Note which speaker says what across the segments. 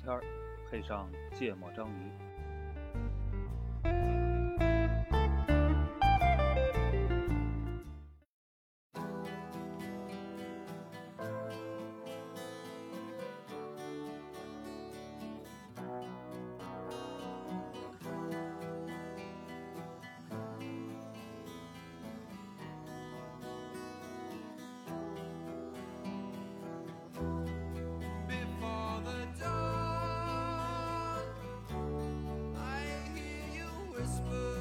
Speaker 1: 片儿，配上芥末章鱼。
Speaker 2: Before the dawn, I hear you whisper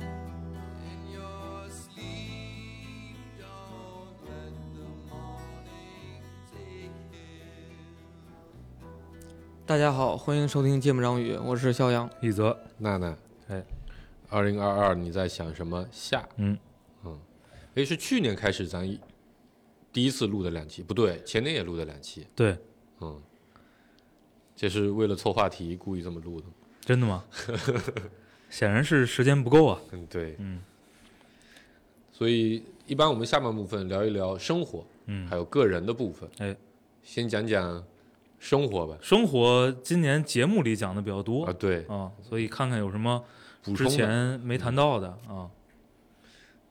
Speaker 2: in your sleep. Don't let the morning take it.
Speaker 3: 大家好，欢迎收听《芥末章鱼》，我是肖阳。
Speaker 4: 一泽，
Speaker 5: 娜娜，
Speaker 4: 哎，
Speaker 5: 二零二二你在想什么下？
Speaker 4: 嗯
Speaker 5: 嗯，哎，是去年开始咱一第一次录的两期，不对，前年也录的两期，
Speaker 4: 对，
Speaker 5: 嗯，这是为了凑话题故意这么录的，
Speaker 4: 真的 吗？显然是时间不够啊。
Speaker 5: 嗯，对，
Speaker 4: 嗯，
Speaker 5: 所以一般我们下半部分聊一聊生活，
Speaker 4: 嗯
Speaker 5: 还，有个人的部分，
Speaker 4: 哎，
Speaker 5: 先讲讲生活吧，
Speaker 4: 生活今年节目里讲的比较多
Speaker 5: 啊，对，
Speaker 4: 啊，所以看看有什么
Speaker 5: 补充嗯
Speaker 4: 之
Speaker 5: 吧
Speaker 4: 前没谈到的啊。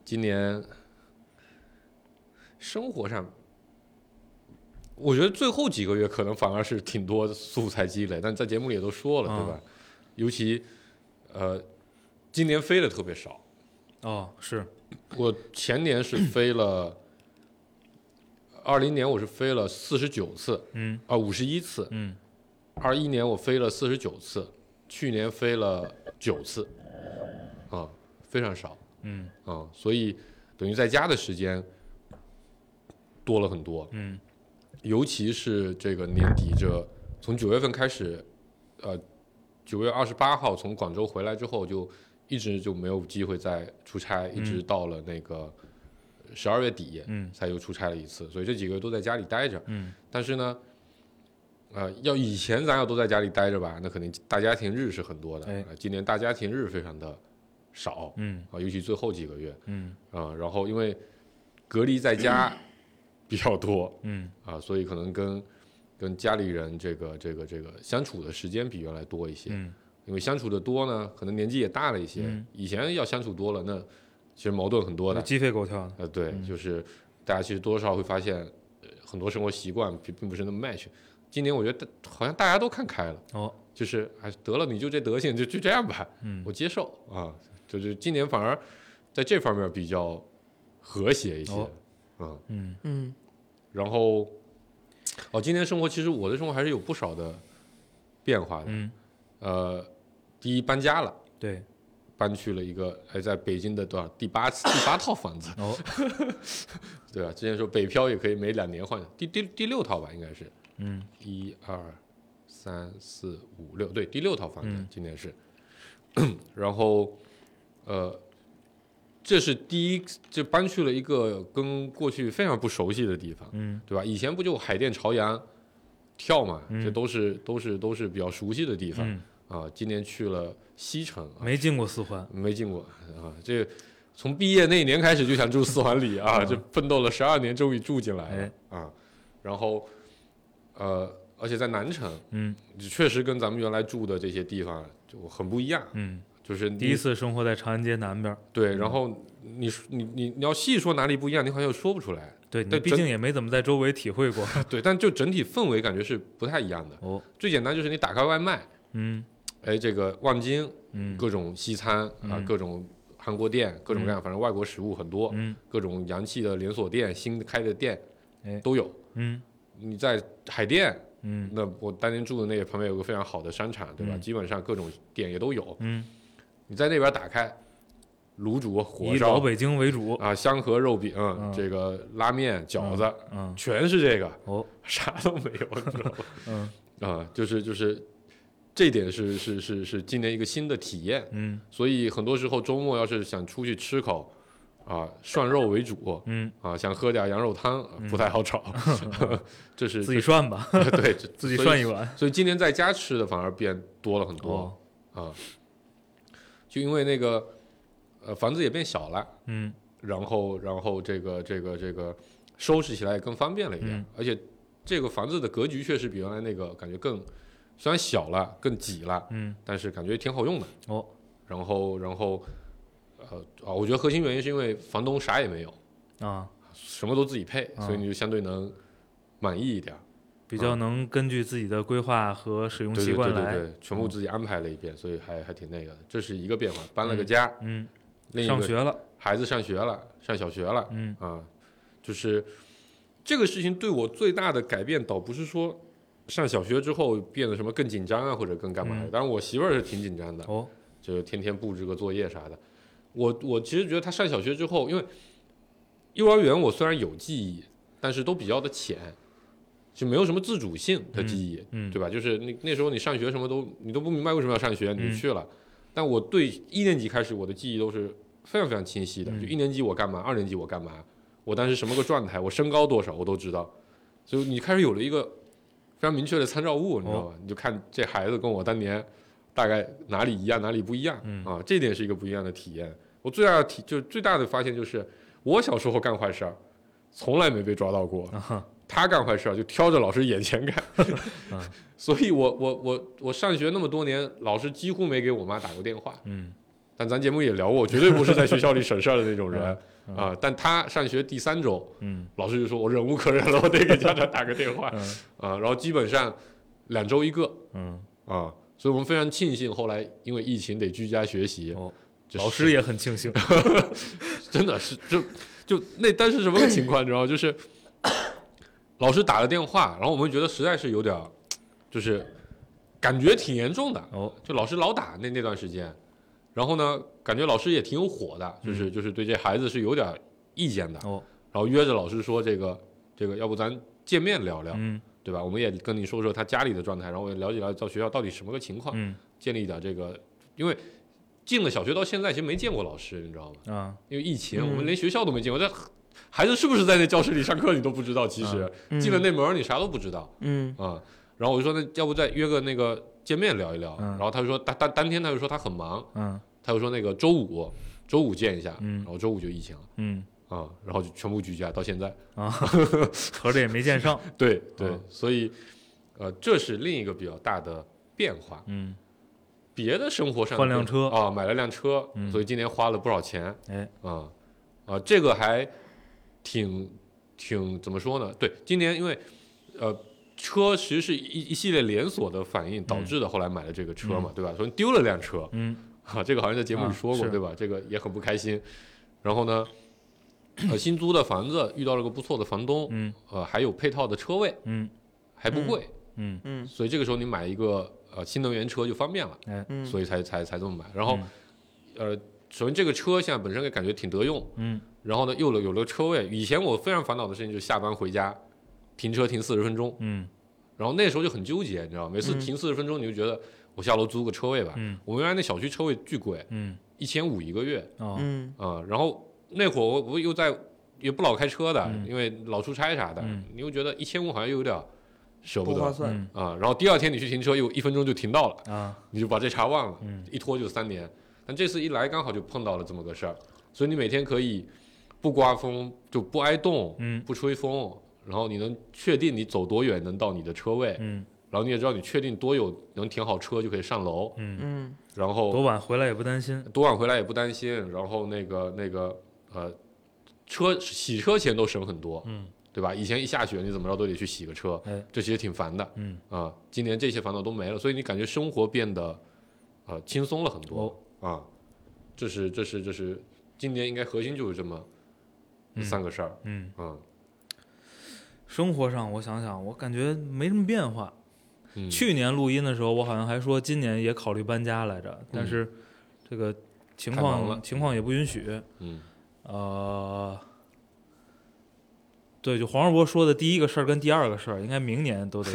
Speaker 5: 今年生活上，我觉得最后几个月可能反而是挺多素材积累，但在节目里也都说了，
Speaker 4: 啊
Speaker 5: 对吧？尤其呃，今年飞的特别少，
Speaker 4: 哦，是，
Speaker 5: 我前年是飞了，二零年我是飞了四十九次
Speaker 4: 嗯
Speaker 5: 啊，五十一次，
Speaker 4: 嗯，
Speaker 5: 二一年我飞了四十九次，去年飞了九次，啊，非常少。
Speaker 4: 嗯
Speaker 5: 啊、所以等于在家的时间多了很多，
Speaker 4: 嗯
Speaker 5: 尤其是这个年底这，从九月份开始，呃，九月二十八号从广州回来之后，就一直就没有机会再出差，一直到了那个十二月底，
Speaker 4: 嗯
Speaker 5: 才又出差了一次，所以这几个月都在家里待着。
Speaker 4: 嗯，
Speaker 5: 但是呢，呃，要以前咱要都在家里待着吧，那肯定大家庭日是很多的，
Speaker 4: 哎
Speaker 5: 呃今年大家庭日非常的少，
Speaker 4: 嗯
Speaker 5: 啊，尤其最后几个月，
Speaker 4: 嗯
Speaker 5: 啊、然后因为隔离在家比较多
Speaker 4: 嗯
Speaker 5: 啊、所以可能跟跟家里人这个这个这个相处的时间比原来多一些。
Speaker 4: 嗯
Speaker 5: 因为相处的多呢，可能年纪也大了一些，
Speaker 4: 嗯
Speaker 5: 以前要相处多了，那其实矛盾很多
Speaker 4: 嗯，
Speaker 5: 的。
Speaker 4: 鸡飞狗跳的，
Speaker 5: 呃，对，就是大家其实多多少少会发现，呃很多生活习惯并并不是那么 match。今年我觉得大好像大家都看开了，
Speaker 4: 哦，
Speaker 5: 就是还得了你就这德行，就就这样吧，
Speaker 4: 嗯
Speaker 5: 我接受啊，就是今年反而在这方面比较和谐一些，
Speaker 4: 哦
Speaker 5: 嗯，
Speaker 4: 嗯
Speaker 3: 嗯，
Speaker 5: 然后哦，今年生活其实我的生活还是有不少的变化的，
Speaker 4: 嗯，
Speaker 5: 呃，第一搬家了，
Speaker 4: 对，
Speaker 5: 搬去了一个哎在北京的多少第八次第八套房子，
Speaker 4: 哦，
Speaker 5: 对啊吧？之前说北漂也可以每两年换，第第第六套吧，应该是
Speaker 4: 嗯
Speaker 5: 一二三四五六，对，第六套房子、
Speaker 4: 嗯
Speaker 5: 今年是，然后呃，这是第一，就搬去了一个跟过去非常不熟悉的地方，
Speaker 4: 嗯
Speaker 5: 对吧？以前不就海淀、朝阳、跳嘛，
Speaker 4: 嗯
Speaker 5: 这都是都是都是比较熟悉的地方啊、
Speaker 4: 嗯，
Speaker 5: 今年去了西城啊，
Speaker 4: 没进过四环，
Speaker 5: 没进过啊，这从毕业那一年开始就想住四环里啊，
Speaker 4: 嗯
Speaker 5: 这奋斗了十二年，终于住进来了
Speaker 4: 哎
Speaker 5: 啊。然后，呃，而且在南城，
Speaker 4: 嗯
Speaker 5: 确实跟咱们原来住的这些地方就很不一样，
Speaker 4: 嗯，
Speaker 5: 就是你
Speaker 4: 第一次生活在长安街南边儿，
Speaker 5: 对。然后你说你你你要细说哪里不一样，你好像又说不出来，
Speaker 4: 对你
Speaker 5: 对
Speaker 4: 毕
Speaker 5: 真
Speaker 4: 竟也没怎么在周围体会过，
Speaker 5: 对。但就整体氛围感觉是不太一样的。
Speaker 4: 哦，
Speaker 5: 最简单就是你打开外卖，
Speaker 4: 嗯
Speaker 5: 哎，这个望京
Speaker 4: 嗯
Speaker 5: 各种西餐啊
Speaker 4: 嗯，
Speaker 5: 各种韩国店，各种各样，反正外国食物很多。
Speaker 4: 嗯
Speaker 5: 各种洋气的连锁店、新开的店
Speaker 4: 哎
Speaker 5: 都有。
Speaker 4: 嗯
Speaker 5: 你在海淀，
Speaker 4: 嗯
Speaker 5: 那我当年住的那个旁边有个非常好的商场，对吧？
Speaker 4: 嗯
Speaker 5: 基本上各种店也都有。
Speaker 4: 嗯，
Speaker 5: 你在那边打开，卤煮、火
Speaker 4: 以老
Speaker 5: 烧
Speaker 4: 北京为主，
Speaker 5: 啊，香河肉饼，
Speaker 4: 嗯
Speaker 5: 这个拉面、饺子，
Speaker 4: 嗯
Speaker 5: 全是这个，
Speaker 4: 哦
Speaker 5: 啥都没有，你知道吗？
Speaker 4: 嗯
Speaker 5: 啊，就是就是，这点是是是是今年一个新的体验。
Speaker 4: 嗯
Speaker 5: 所以很多时候周末要是想出去吃口，啊，涮肉为主，
Speaker 4: 嗯，
Speaker 5: 啊，想喝点羊肉汤呃不太 好找，这是
Speaker 4: 自己涮吧，
Speaker 5: 这是 对，这
Speaker 4: 自己涮一。
Speaker 5: 所
Speaker 4: 碗。
Speaker 5: 以所以今年在家吃的反而变多了很多
Speaker 4: 哦，
Speaker 5: 啊，就因为那个呃房子也变小了，
Speaker 4: 嗯
Speaker 5: 然后然后这个这个这个收拾起来也更方便了一点
Speaker 4: 嗯，
Speaker 5: 而且这个房子的格局确实比原来那个感觉更，虽然小了，更挤了，
Speaker 4: 嗯，
Speaker 5: 但是感觉挺好用的。
Speaker 4: 哦，
Speaker 5: 然后然后，呃啊，我觉得核心原因是因为房东啥也没有，
Speaker 4: 啊，
Speaker 5: 什么都自己配，
Speaker 4: 啊
Speaker 5: 所以你就相对能满意一点儿。
Speaker 4: 比较能根据自己的规划和使用
Speaker 5: 嗯对
Speaker 4: 习
Speaker 5: 对对
Speaker 4: 惯
Speaker 5: 对
Speaker 4: 来，嗯
Speaker 5: 对，全部自己安排了一遍，所以还还挺那个的。这是一个变化，搬了个家，
Speaker 4: 嗯，
Speaker 5: 另一
Speaker 4: 上
Speaker 5: 个
Speaker 4: 学了，
Speaker 5: 孩子上学了，上小学了，
Speaker 4: 嗯
Speaker 5: 啊，就是这个事情对我最大的改变，倒不是说上小学之后变得什么更紧张啊，或者更干嘛的。
Speaker 4: 嗯
Speaker 5: 当然，我媳妇儿是挺紧张的，
Speaker 4: 哦，
Speaker 5: 就是天天布置个作业啥的。我我其实觉得她上小学之后，因为幼儿园我虽然有记忆，但是都比较的浅，就没有什么自主性的记忆，
Speaker 4: 嗯
Speaker 5: 对吧？就是那那时候你上学什么都你都不明白为什么要上学，你
Speaker 4: 嗯
Speaker 5: 就去了。但我对一年级开始我的记忆都是非常非常清晰的，
Speaker 4: 嗯
Speaker 5: 就一年级我干嘛，二年级我干嘛，我当时什么个状态，我身高多少我都知道。所以你开始有了一个非常明确的参照物，你知道
Speaker 4: 哦
Speaker 5: 吧？你就看这孩子跟我当年大概哪里一样，哪里不一样、
Speaker 4: 嗯
Speaker 5: 啊，这点是一个不一样的体验。我最大的体就最大的发现就是，我小时候干坏事儿，从来没被抓到过。
Speaker 4: 啊哈，
Speaker 5: 他干坏事儿就挑着老师眼前干
Speaker 4: 嗯，
Speaker 5: 所以我我我我上学那么多年，老师几乎没给我妈打过电话。
Speaker 4: 嗯
Speaker 5: 但咱节目也聊过，我绝对不是在学校里省事儿的那种人啊、
Speaker 4: 嗯
Speaker 5: 但他上学第三周，
Speaker 4: 嗯
Speaker 5: 老师就说我忍无可忍了，我得给家长打个电话 啊、
Speaker 4: 嗯
Speaker 5: 然后基本上两周一个
Speaker 4: 嗯，
Speaker 5: 啊、所以我们非常庆幸后来因为疫情得居家学习，
Speaker 4: 哦
Speaker 5: 这
Speaker 4: 老
Speaker 5: 是
Speaker 4: 师也很庆幸，
Speaker 5: 真的是就就那当时什么个情况，你知道吗？就是老师打了电话，然后我们觉得实在是有点儿，就是感觉挺严重的，
Speaker 4: 哦，
Speaker 5: 就老师老打那那段时间，然后呢，感觉老师也挺有火的，就是、就是对这孩子是有点儿意见的，
Speaker 4: 嗯哦
Speaker 5: 然后约着老师说这个这个，要不咱见面聊聊，
Speaker 4: 嗯
Speaker 5: 对吧？我们也跟你说说他家里的状态，然后我也了解了解到学校到底什么个情况，
Speaker 4: 嗯
Speaker 5: 建立点这个，因为进了小学到现在其实没见过老师，你知道吗？
Speaker 4: 啊，
Speaker 5: 因为疫情，
Speaker 3: 嗯
Speaker 5: 我们连学校都没进过，这孩子是不是在那教室里上课你都不知道，其
Speaker 4: 啊
Speaker 5: 实、
Speaker 4: 嗯
Speaker 5: 进了那门儿你啥都不知道
Speaker 3: 嗯
Speaker 5: 啊、然后我就说那要不再约个那个见面聊一聊，
Speaker 4: 嗯
Speaker 5: 然后他就说当当当天他就说他很忙，
Speaker 4: 嗯
Speaker 5: 他就说那个周五周五见一下，
Speaker 4: 嗯
Speaker 5: 然后周五就疫情了
Speaker 4: 嗯
Speaker 5: 啊、然后就全部居家到 现在，
Speaker 4: 啊，合着也没见上，
Speaker 5: 对对，
Speaker 4: 嗯
Speaker 5: 所以呃这是另一个比较大的变化，
Speaker 4: 嗯
Speaker 5: 别的生活上
Speaker 4: 换辆车
Speaker 5: 啊、买了辆车，
Speaker 4: 嗯
Speaker 5: 所以今年花了不少钱。
Speaker 4: 哎，
Speaker 5: 啊、啊，这个还挺挺怎么说呢？对，今年因为呃车其实是一一系列连锁的反应导致的，后来买了这个车嘛，对吧？所以丢了辆车，
Speaker 4: 嗯
Speaker 5: 啊，这个好像在节目里说过，
Speaker 4: 啊是
Speaker 5: 对吧？这个也很不开心。然后呢，呃，新租的房子遇到了个不错的房东，
Speaker 4: 嗯
Speaker 5: 呃，还有配套的车位，
Speaker 4: 嗯
Speaker 5: 还不贵，
Speaker 4: 嗯
Speaker 3: 嗯
Speaker 5: 所以这个时候你买一个呃新能源车就方便了。
Speaker 3: 嗯，
Speaker 5: 所以才才才这么买。然后，呃，首先这个车现在本身也感觉挺得用，
Speaker 4: 嗯，
Speaker 5: 然后呢又有有了车位。以前我非常烦恼的事情就是下班回家停车停四十分钟，
Speaker 4: 嗯
Speaker 5: 然后那时候就很纠结，你知道吗？每次
Speaker 3: 嗯
Speaker 5: 停四十分钟，你就觉得我下楼租个车位吧。
Speaker 4: 嗯
Speaker 5: 我们原来那小区车位巨贵，
Speaker 4: 嗯
Speaker 5: 一千五一个月
Speaker 4: 哦
Speaker 3: 嗯
Speaker 5: 啊、然后那会儿我我又在也不老开车的，
Speaker 4: 嗯
Speaker 5: 因为老出差啥的，
Speaker 4: 嗯
Speaker 5: 你又觉得一千五好像又有点舍
Speaker 3: 不
Speaker 5: 得
Speaker 3: 划
Speaker 5: 啊、
Speaker 3: 算，
Speaker 4: 嗯
Speaker 5: 然后第二天你去停车又一分钟就停到了。
Speaker 4: 啊
Speaker 5: 你就把这茬忘了，
Speaker 4: 嗯
Speaker 5: 一拖就三年。但这次一来刚好就碰到了这么个事儿，所以你每天可以不刮风，就不挨冻，
Speaker 4: 嗯
Speaker 5: 不吹风，然后你能确定你走多远能到你的车位，
Speaker 4: 嗯
Speaker 5: 然后你也知道你确定多有能停好车就可以上楼，
Speaker 4: 嗯，
Speaker 3: 嗯
Speaker 5: 然后
Speaker 4: 多晚回来也不担心，
Speaker 5: 多晚回来也不担心，然后那个那个呃，车洗车钱都省很多，
Speaker 4: 嗯
Speaker 5: 对吧？以前一下雪你怎么着都得去洗个车，
Speaker 4: 哎
Speaker 5: 这其实挺烦的啊、
Speaker 4: 嗯
Speaker 5: 今年这些烦恼都没了，所以你感觉生活变得呃轻松了很多。
Speaker 4: 哦
Speaker 5: 啊，这是这是这是今年应该核心就是这么
Speaker 4: 嗯
Speaker 5: 三个事儿，
Speaker 4: 嗯，
Speaker 5: 嗯
Speaker 4: 生活上我想想，我感觉没什么变化。
Speaker 5: 嗯，
Speaker 4: 去年录音的时候，我好像还说今年也考虑搬家来着，但是这个情
Speaker 5: 嗯太忙了
Speaker 4: 况情况也不允许。
Speaker 5: 嗯
Speaker 4: 呃，对，就黄世博说的第一个事儿跟第二个事儿，应该明年都 得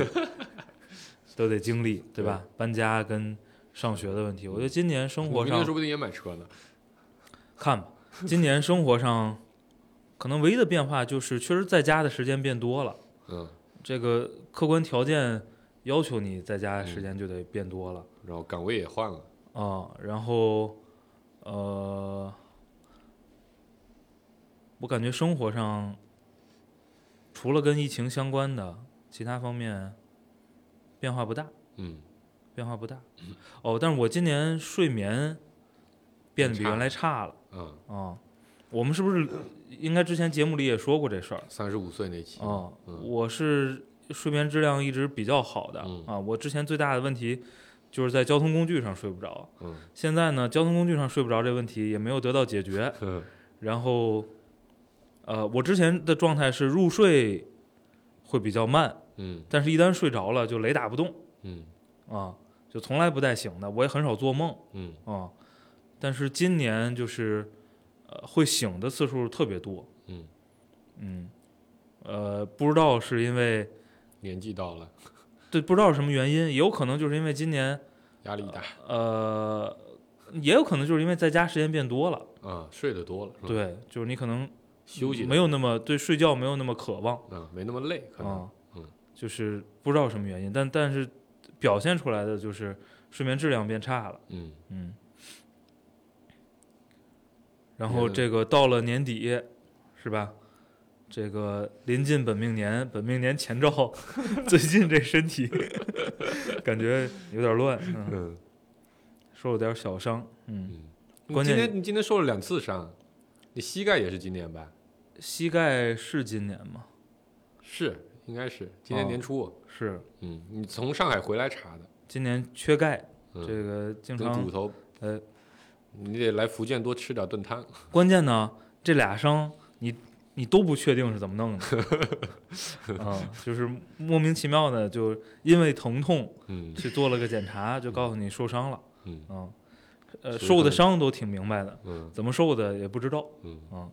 Speaker 4: 都得经历，对吧？搬家跟上学的问题，我觉得今年生活
Speaker 5: 嗯明年说
Speaker 4: 上
Speaker 5: 不定也买车呢，
Speaker 4: 看吧，今年生活上可能唯一的变化就是，确实在家的时间变多了。
Speaker 5: 嗯，
Speaker 4: 这个客观条件要求你在家的时间就得变多了
Speaker 5: 然后岗位也换了，
Speaker 4: 啊、然后呃，我感觉生活上除了跟疫情相关的，其他方面变化不大，
Speaker 5: 嗯，
Speaker 4: 变化不大。哦，但是我今年睡眠变得比原来差了
Speaker 5: 嗯，
Speaker 4: 啊、哦我们是不是应该之前节目里也说过这事儿？
Speaker 5: 三十五岁那期，
Speaker 4: 哦，
Speaker 5: 嗯
Speaker 4: 我是睡眠质量一直比较好的、
Speaker 5: 嗯
Speaker 4: 啊。我之前最大的问题就是在交通工具上睡不着，
Speaker 5: 嗯
Speaker 4: 现在呢，交通工具上睡不着这问题也没有得到解决。
Speaker 5: 嗯
Speaker 4: 然后，呃，我之前的状态是入睡会比较慢，
Speaker 5: 嗯
Speaker 4: 但是一旦睡着了就雷打不动
Speaker 5: 嗯
Speaker 4: 啊，就从来不带醒的。我也很少做梦
Speaker 5: 嗯
Speaker 4: 啊，但是今年就是，呃，会醒的次数特别多。
Speaker 5: 嗯，
Speaker 4: 嗯，呃，不知道是因为
Speaker 5: 年纪到了，
Speaker 4: 对，不知道是什么原因，也有可能就是因为今年，
Speaker 5: 压力大，
Speaker 4: 呃，也有可能就是因为在家时间变多了。
Speaker 5: 嗯，睡得多了，是吧，
Speaker 4: 对，就是你可能
Speaker 5: 休息
Speaker 4: 没有那么对睡觉没有那么渴望。
Speaker 5: 嗯，没那么累，可能
Speaker 4: 啊，
Speaker 5: 嗯
Speaker 4: 就是不知道什么原因，但但是表现出来的就是睡眠质量变差了，
Speaker 5: 嗯
Speaker 4: 嗯。然后
Speaker 5: 嗯
Speaker 4: 这个到了年底，是吧？这个临近本命年，本命年前兆， 最近这身体感觉有点乱，嗯，
Speaker 5: 嗯
Speaker 4: 受了点小伤，嗯，
Speaker 5: 嗯。
Speaker 4: 关键
Speaker 5: 你今天你今天受了两次伤，你膝盖也是今年吧？
Speaker 4: 膝盖是今年吗？
Speaker 5: 是，应该是今年
Speaker 4: 哦
Speaker 5: 年初。
Speaker 4: 是
Speaker 5: 嗯，你从上海回来查的，
Speaker 4: 今年缺钙，
Speaker 5: 嗯
Speaker 4: 这个经
Speaker 5: 跟
Speaker 4: 常
Speaker 5: 骨头，
Speaker 4: 呃
Speaker 5: 你得来福建多吃点炖汤。
Speaker 4: 关键呢，这俩伤你你都不确定是怎么弄 的，啊、就是莫名其妙的就因为疼痛
Speaker 5: 嗯
Speaker 4: 去做了个检查，就告诉你受伤了，
Speaker 5: 嗯
Speaker 4: 啊、呃，
Speaker 5: 所以可能
Speaker 4: 受的伤都挺明白的，
Speaker 5: 嗯
Speaker 4: 怎么受的也不知道，
Speaker 5: 嗯，
Speaker 4: 啊、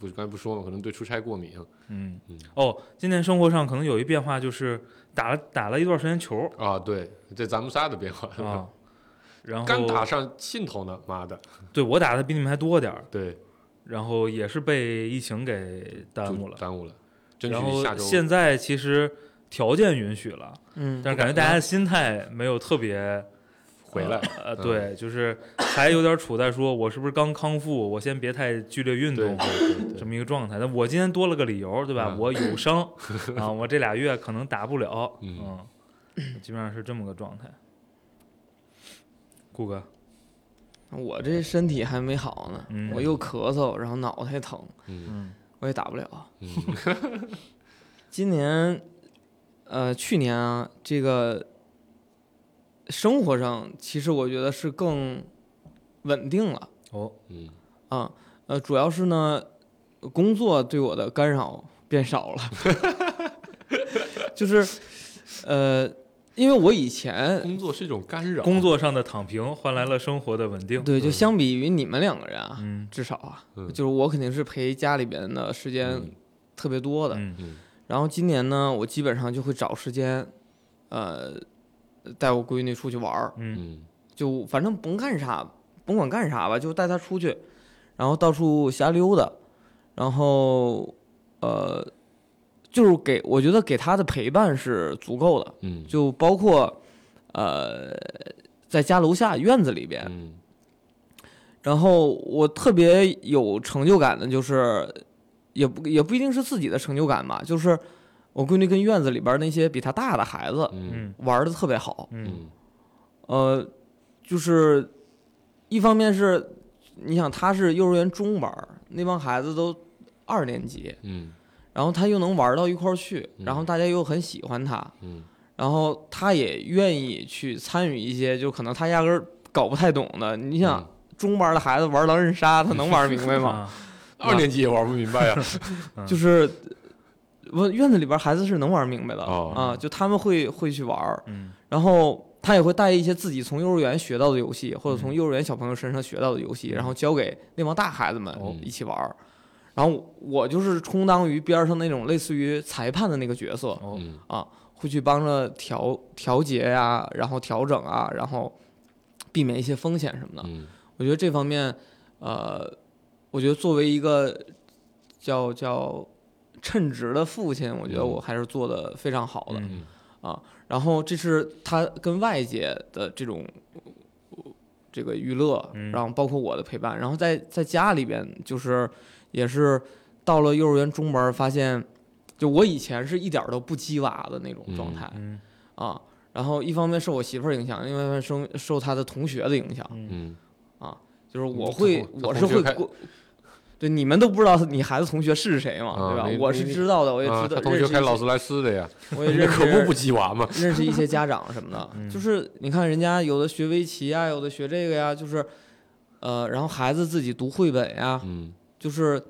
Speaker 5: 不是刚才不说嘛，可能对出差过敏啊
Speaker 4: 嗯
Speaker 5: 嗯，
Speaker 4: 哦，今年生活上可能有一变化，就是打了打了一段时间球
Speaker 5: 啊。对，这咱们仨的变化
Speaker 4: 啊、，然
Speaker 5: 刚打
Speaker 4: 后
Speaker 5: 上兴头呢，妈的，
Speaker 4: 对我打的比你们还多点儿，
Speaker 5: 对，
Speaker 4: 然后也是被疫情给耽误
Speaker 5: 就
Speaker 4: 了，
Speaker 5: 耽误了，争
Speaker 4: 然
Speaker 5: 取
Speaker 4: 后
Speaker 5: 下周。
Speaker 4: 现在其实条件允许了。
Speaker 3: 嗯，
Speaker 4: 但是感觉大家的心态没有特别
Speaker 5: 回来，
Speaker 4: 呃，
Speaker 5: 嗯
Speaker 4: 对，就是还有点处在说我是不是刚康复，我先别太剧烈运
Speaker 5: 对嗯
Speaker 4: 动
Speaker 5: 对对
Speaker 4: 这
Speaker 5: 对，
Speaker 4: 么一个状态。但我今天多了个理由，对吧？
Speaker 5: 嗯
Speaker 4: 我有 伤啊，我这俩月可能打不了，
Speaker 5: 嗯
Speaker 4: 嗯，基本上是这么个状态。顾哥，
Speaker 3: 我这身体还没好呢，
Speaker 4: 嗯
Speaker 3: 我又咳嗽，然后脑袋疼，
Speaker 5: 嗯
Speaker 4: 嗯
Speaker 3: 我也打不了。
Speaker 5: 嗯
Speaker 3: 今年，呃，去年啊，这个生活上其实我觉得是更稳定了
Speaker 4: 哦，
Speaker 5: 嗯
Speaker 3: 啊。呃，主要是呢，工作对我的干扰变少了， 就是，呃，因为我以前
Speaker 5: 工作是一种干扰，
Speaker 4: 工作上的躺平换来了生活的稳定。
Speaker 3: 对，就相比于你们两个人啊，
Speaker 4: 嗯
Speaker 3: 至少啊，
Speaker 5: 嗯
Speaker 3: 就是我肯定是陪家里边的时间
Speaker 5: 嗯
Speaker 3: 特别多的。
Speaker 4: 嗯
Speaker 5: 嗯
Speaker 3: 然后今年呢，我基本上就会找时间，呃，带我闺女出去玩儿，
Speaker 4: 嗯
Speaker 5: 嗯
Speaker 3: 就反正甭干啥，甭管干啥吧，就带她出去，然后到处瞎溜达，然后呃，就是给我觉得给她的陪伴是足够的，
Speaker 5: 嗯
Speaker 3: 就包括呃，在家楼下院子里边，
Speaker 5: 嗯
Speaker 3: 然后我特别有成就感的，就是也不也不一定是自己的成就感吧，就是我闺女跟院子里边那些比她大的孩子
Speaker 5: 嗯
Speaker 4: 嗯
Speaker 3: 玩的特别好。
Speaker 4: 嗯
Speaker 5: 嗯
Speaker 3: 呃，就是一方面是，你想她是幼儿园中班儿，那帮孩子都二年级，
Speaker 5: 嗯
Speaker 3: 然后她又能玩到一块儿去，
Speaker 5: 嗯
Speaker 3: 然后大家又很喜欢她，
Speaker 5: 嗯
Speaker 3: 然后她也愿意去参与一些就可能她压根儿搞不太懂的，你想。
Speaker 5: 嗯
Speaker 3: 中班的孩子玩狼人杀，他能玩明白 吗？
Speaker 4: 啊，
Speaker 5: 二年级也玩不明白呀，
Speaker 4: 嗯
Speaker 3: 就是呃我院子里边孩子是能玩明白的、
Speaker 5: 哦
Speaker 3: 啊，就他们会会去玩儿，
Speaker 4: 嗯
Speaker 3: 然后他也会带一些自己从幼儿园学到的游戏，或者
Speaker 4: 嗯
Speaker 3: 从幼儿园小朋友身上学到的游戏，
Speaker 4: 嗯
Speaker 3: 然后教给那帮大孩子们
Speaker 5: 哦
Speaker 3: 一起玩儿。然后我就是充当于边上那种类似于裁判的那个角色，
Speaker 4: 哦
Speaker 5: 嗯
Speaker 3: 会去帮着调调节呀、然后调整啊，然后避免一些风险什么的。
Speaker 5: 嗯
Speaker 3: 我觉得这方面，呃，我觉得作为一个叫叫称职的父亲，我觉得
Speaker 5: 嗯
Speaker 3: 我还是做的非常好的。啊
Speaker 4: 嗯
Speaker 3: 然后这是他跟外界的这种呃这个娱乐，
Speaker 4: 嗯
Speaker 3: 然后包括我的陪伴，然后在在家里边就是也是到了幼儿园中班儿，发现就我以前是一点儿都不鸡娃的那种状态、
Speaker 4: 嗯
Speaker 3: 啊。然后一方面受我媳妇儿影响，另外一方面受受她的同学的影响，
Speaker 4: 嗯，
Speaker 5: 嗯，
Speaker 3: 就是我
Speaker 5: 嗯
Speaker 3: 会
Speaker 5: 她同
Speaker 3: 我是
Speaker 5: 她同学
Speaker 3: 会
Speaker 5: 开
Speaker 3: 过。对，你们都不知道你孩子同学是谁嘛，
Speaker 5: 啊
Speaker 3: 对吧
Speaker 5: 没？
Speaker 3: 我是
Speaker 5: 没
Speaker 3: 知道的，我也
Speaker 5: 啊，
Speaker 3: 知
Speaker 5: 他
Speaker 3: 道，
Speaker 5: 同
Speaker 3: 认
Speaker 5: 学
Speaker 3: 识一
Speaker 5: 开劳
Speaker 3: 些
Speaker 5: 斯莱斯的呀，
Speaker 3: 我 也
Speaker 5: 那
Speaker 3: 认识
Speaker 5: 可不不鸡娃嘛。
Speaker 3: 认识一些家长什么 的
Speaker 4: 嗯，
Speaker 3: 就是你看人家有的学围棋啊，有的学这个呀，就是，呃，然后孩子自己读绘本呀，
Speaker 5: 嗯
Speaker 3: 就是，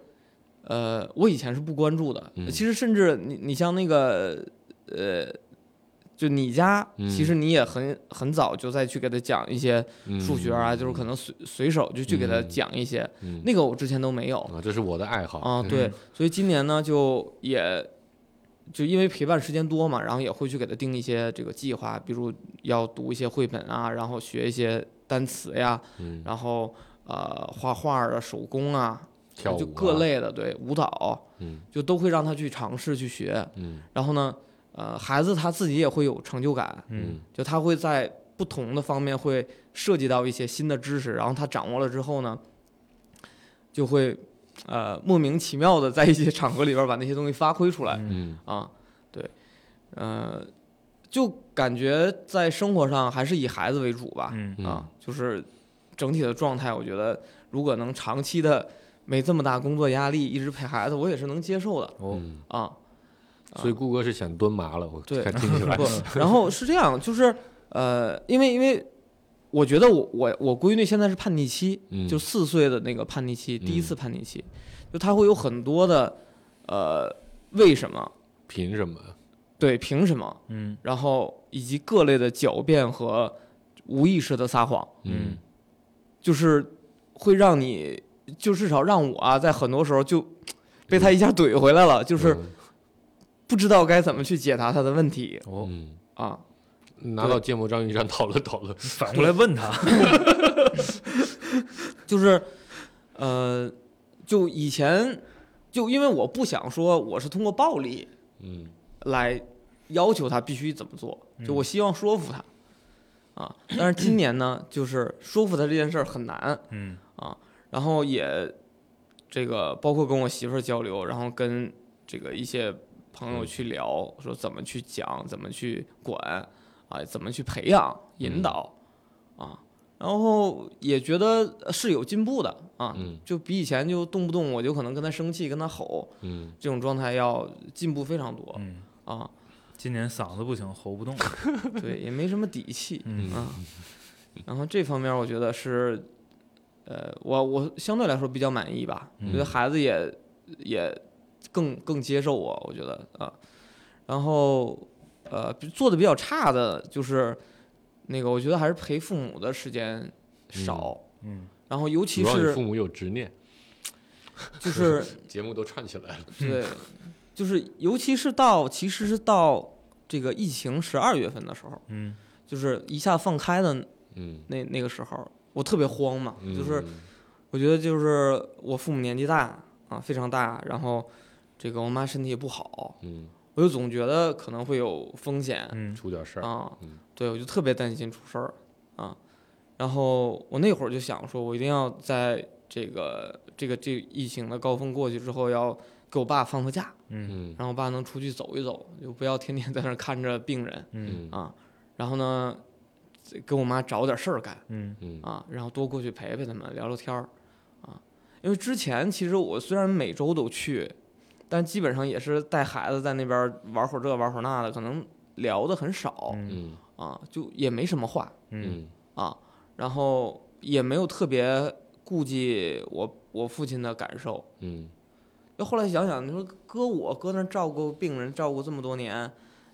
Speaker 3: 呃，我以前是不关注的
Speaker 5: 嗯。
Speaker 3: 其实甚至你你像那个，呃，就你家，
Speaker 5: 嗯
Speaker 3: 其实你也很很早就再去给他讲一些
Speaker 5: 嗯，
Speaker 3: 数学啊，就是可能随随手就去给他讲一些，
Speaker 5: 嗯
Speaker 3: 那个我之前都没有
Speaker 5: 啊，这是我的爱好
Speaker 3: 啊。
Speaker 5: 嗯
Speaker 3: 对
Speaker 4: 嗯，
Speaker 3: 所以今年呢，就也就因为陪伴时间多嘛，然后也会去给他定一些这个计划，比如要读一些绘本啊，然后学一些单词呀，
Speaker 5: 嗯，
Speaker 3: 然后呃画画啊、手工啊，
Speaker 5: 跳舞
Speaker 3: 就
Speaker 5: 啊
Speaker 3: 各，类的，对，舞蹈
Speaker 5: 嗯
Speaker 3: 就都会让他去尝试去学。
Speaker 5: 嗯
Speaker 3: 然后呢，呃，孩子他自己也会有成就感，
Speaker 4: 嗯，
Speaker 3: 就他会在不同的方面会涉及到一些新的知识，然后他掌握了之后呢，就会呃莫名其妙的在一些场合里边儿把那些东西发挥出来
Speaker 4: 嗯
Speaker 5: 嗯
Speaker 3: 啊，对，呃，就感觉在生活上还是以孩子为主吧，
Speaker 4: 嗯
Speaker 5: 嗯
Speaker 3: 啊，就是整体的状态，我觉得如果能长期的没这么大工作压力，一直陪孩子，我也是能接受的
Speaker 4: 哦，
Speaker 5: 嗯
Speaker 3: 啊。
Speaker 5: 所以顾哥是想蹲麻了，我
Speaker 3: 对
Speaker 5: 看听起 来，
Speaker 3: 不，然后是这样，就是呃，因为因为我觉得我我我闺女现在是叛逆期，
Speaker 5: 嗯
Speaker 3: 就四岁的那个叛逆期，第一
Speaker 5: 嗯
Speaker 3: 次叛逆期，就她会有很多的呃为什么，
Speaker 5: 凭什么？
Speaker 3: 对，凭什么，
Speaker 4: 嗯
Speaker 3: 然后以及各类的狡辩和无意识的撒谎，
Speaker 5: 嗯
Speaker 4: 嗯
Speaker 3: 就是会让你，就至少让我啊，在很多时候就。被他一下怼回来了，
Speaker 5: 嗯
Speaker 3: 就是不知道该怎么去解答他的问题
Speaker 4: 哦，
Speaker 5: 嗯，
Speaker 3: 啊。
Speaker 5: 嗯拿到芥末章鱼上 讨论讨论，
Speaker 4: 反过来问他，
Speaker 3: 就是，呃，就以前就因为我不想说我是通过暴力
Speaker 5: 嗯
Speaker 3: 来要求他必须怎么做，就
Speaker 4: 嗯
Speaker 3: 我希望说服他啊。但是今年呢，就是说服他这件事儿很难，
Speaker 4: 嗯
Speaker 3: 然后也这个包括跟我媳妇儿交流，然后跟这个一些朋友去聊，说怎么去讲，怎么去管啊，怎么去培养引导啊，然后也觉得呃是有进步的啊，
Speaker 5: 嗯
Speaker 3: 就比以前就动不动我就可能跟他生气、跟他吼
Speaker 5: 嗯，
Speaker 3: 这种状态要进步非常多
Speaker 4: 嗯，
Speaker 3: 啊，
Speaker 4: 今年嗓子不行，吼不动，
Speaker 3: 对，也没什么底气，
Speaker 4: 嗯
Speaker 3: 啊，然后这方面我觉得是，呃，我我相对来说比较满意吧，我觉得
Speaker 5: 嗯
Speaker 3: 孩子也也更更接受我，我觉得啊，然后呃比做的比较差的就是那个，我觉得还是陪父母的时间少，
Speaker 4: 嗯
Speaker 3: 然后尤其
Speaker 5: 主要你
Speaker 3: 是
Speaker 5: 父母有执念，
Speaker 3: 就是
Speaker 5: 节目都串起来了，
Speaker 3: 对，就是尤其是到其实是到这个疫情十二月份的时候，
Speaker 4: 嗯
Speaker 3: 就是一下放开的
Speaker 5: 嗯，
Speaker 3: 那那个时候，我特别慌嘛，
Speaker 5: 嗯
Speaker 3: 就是。我觉得就是我父母年纪大啊，非常大，然后这个我妈身体也不好，
Speaker 5: 嗯，
Speaker 3: 我就总觉得可能会有风险
Speaker 4: 嗯
Speaker 5: 出点事儿，
Speaker 3: 啊
Speaker 5: 嗯，
Speaker 3: 对我就特别担心出事儿啊。然后我那会儿就想说，我一定要在这个这个这个疫情的高峰过去之后，要给我爸放个假，
Speaker 4: 嗯
Speaker 5: 嗯
Speaker 3: 让我爸能出去走一走，就不要天天 在那儿看着病人
Speaker 4: 嗯
Speaker 5: 嗯
Speaker 3: 啊。然后呢，给我妈找点事儿干。
Speaker 4: 嗯
Speaker 5: 嗯
Speaker 3: 啊，然后多过去陪陪他们，聊聊天儿啊。因为之前其实我虽然每周都去，但基本上也是带孩子在那边儿玩会儿这玩会儿那的，可能聊的很少
Speaker 4: 嗯
Speaker 5: 嗯
Speaker 3: 啊，就也没什么话
Speaker 4: 嗯
Speaker 5: 嗯
Speaker 3: 啊，然后也没有特别顾忌我我父亲的感受。
Speaker 5: 嗯
Speaker 3: 就后来想想，你说搁我搁那儿照顾病人，照顾这么多年，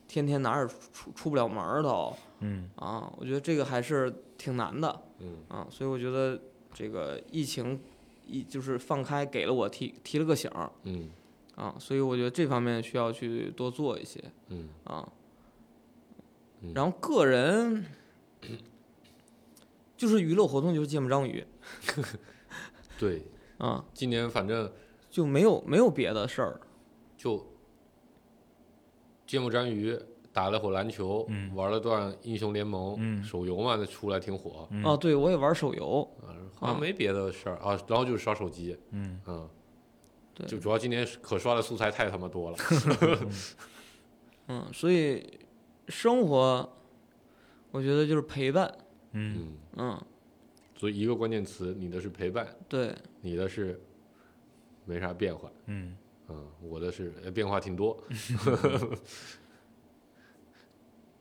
Speaker 3: 天天哪儿也出出不了门儿都
Speaker 4: 嗯
Speaker 3: 啊，我觉得这个还是挺难的。
Speaker 5: 嗯
Speaker 3: 啊，所以我觉得这个疫情一就是放开给了我提提了个醒儿
Speaker 5: 嗯
Speaker 3: 啊，所以我觉得这方面需要去多做一些
Speaker 5: 嗯
Speaker 3: 啊
Speaker 5: 嗯。
Speaker 3: 然后个人就是娱乐活动就是芥末章鱼
Speaker 5: 对，
Speaker 3: 啊，
Speaker 5: 今年反正
Speaker 3: 就没有没有别的事儿。
Speaker 5: 就芥末章鱼打了会儿篮球，
Speaker 4: 嗯
Speaker 5: 玩了段英雄联盟，
Speaker 4: 嗯
Speaker 5: 手游嘛，那出来挺火，
Speaker 4: 嗯
Speaker 3: 啊，对我也玩手游，
Speaker 5: 啊，好像没别的事儿啊，然后就是刷手机，
Speaker 4: 嗯
Speaker 5: 嗯，
Speaker 3: 对
Speaker 5: 就主要今年可刷的素材太他 妈多了。
Speaker 3: 嗯，所以生活，我觉得就是陪伴，
Speaker 4: 嗯，
Speaker 5: 嗯，
Speaker 3: 嗯，
Speaker 5: 所以一个关键词，你的是陪伴，
Speaker 3: 对，
Speaker 5: 你的是没啥变化。
Speaker 4: 嗯，
Speaker 5: 嗯，我的是呃变化挺多。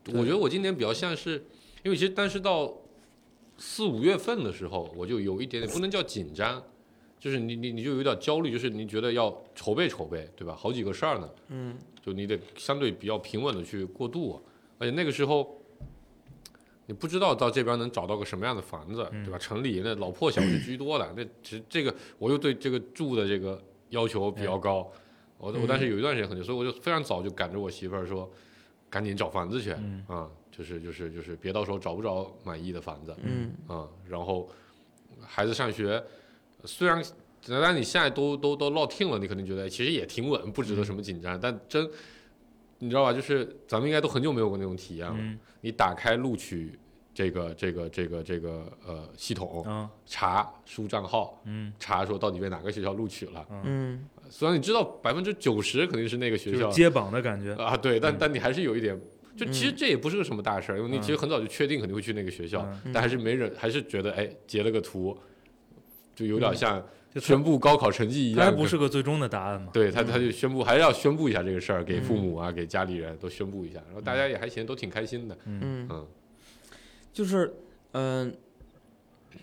Speaker 5: 我觉得我今年比较像是，因为其实但是到四五月份的时候，我就有一点点不能叫紧张，就是你你你就有点焦虑，就是你觉得要筹备筹备，对吧？好几个事儿呢，
Speaker 3: 嗯，
Speaker 5: 就你得相对比较平稳的去过渡，啊而且那个时候。你不知道到这边能找到个什么样的房子，对吧？城里那老破小是居多的，那其实这个我又对这个住的这个要求比较高，我我但是有一段时间很久，所以我就非常早就赶着我媳妇儿说，赶紧找房子去，
Speaker 4: 嗯
Speaker 5: 啊，就是就是就是别到时候找不着满意的房子，
Speaker 3: 嗯，
Speaker 5: 啊，然后孩子上学，虽然但你现在都都都落听了，你肯定觉得哎其实也挺稳，不值得什么紧张，但真你知道吧？就是咱们应该都很久没有过那种体验了。
Speaker 4: 嗯
Speaker 5: 你打开录取这个这个这个这个呃系统，
Speaker 4: 啊，
Speaker 5: 查输账号，
Speaker 4: 嗯，
Speaker 5: 查说到底被哪个学校录取了。
Speaker 3: 嗯，
Speaker 5: 虽然你知道百分之九十肯定是那个学
Speaker 4: 就
Speaker 5: 校
Speaker 4: 是接榜的感觉，
Speaker 5: 啊，对，但但你还是有一点，就其实这也不是个什么大事儿，因为你
Speaker 4: 嗯
Speaker 5: 其实很早就确定肯定会去那个学校，但还是没忍，还是觉得哎截了个图，就有点像
Speaker 4: 嗯就他
Speaker 5: 宣布高考成绩一
Speaker 4: 它还
Speaker 5: 样，
Speaker 4: 不是嗯个最终的答案嘛，
Speaker 5: 对他他就宣布还是要宣布一下这个事儿，给
Speaker 4: 嗯
Speaker 5: 父母啊给家里人都宣布一下，然后大家也还行，都挺开心的，
Speaker 3: 嗯，
Speaker 5: 嗯
Speaker 3: 就是，嗯、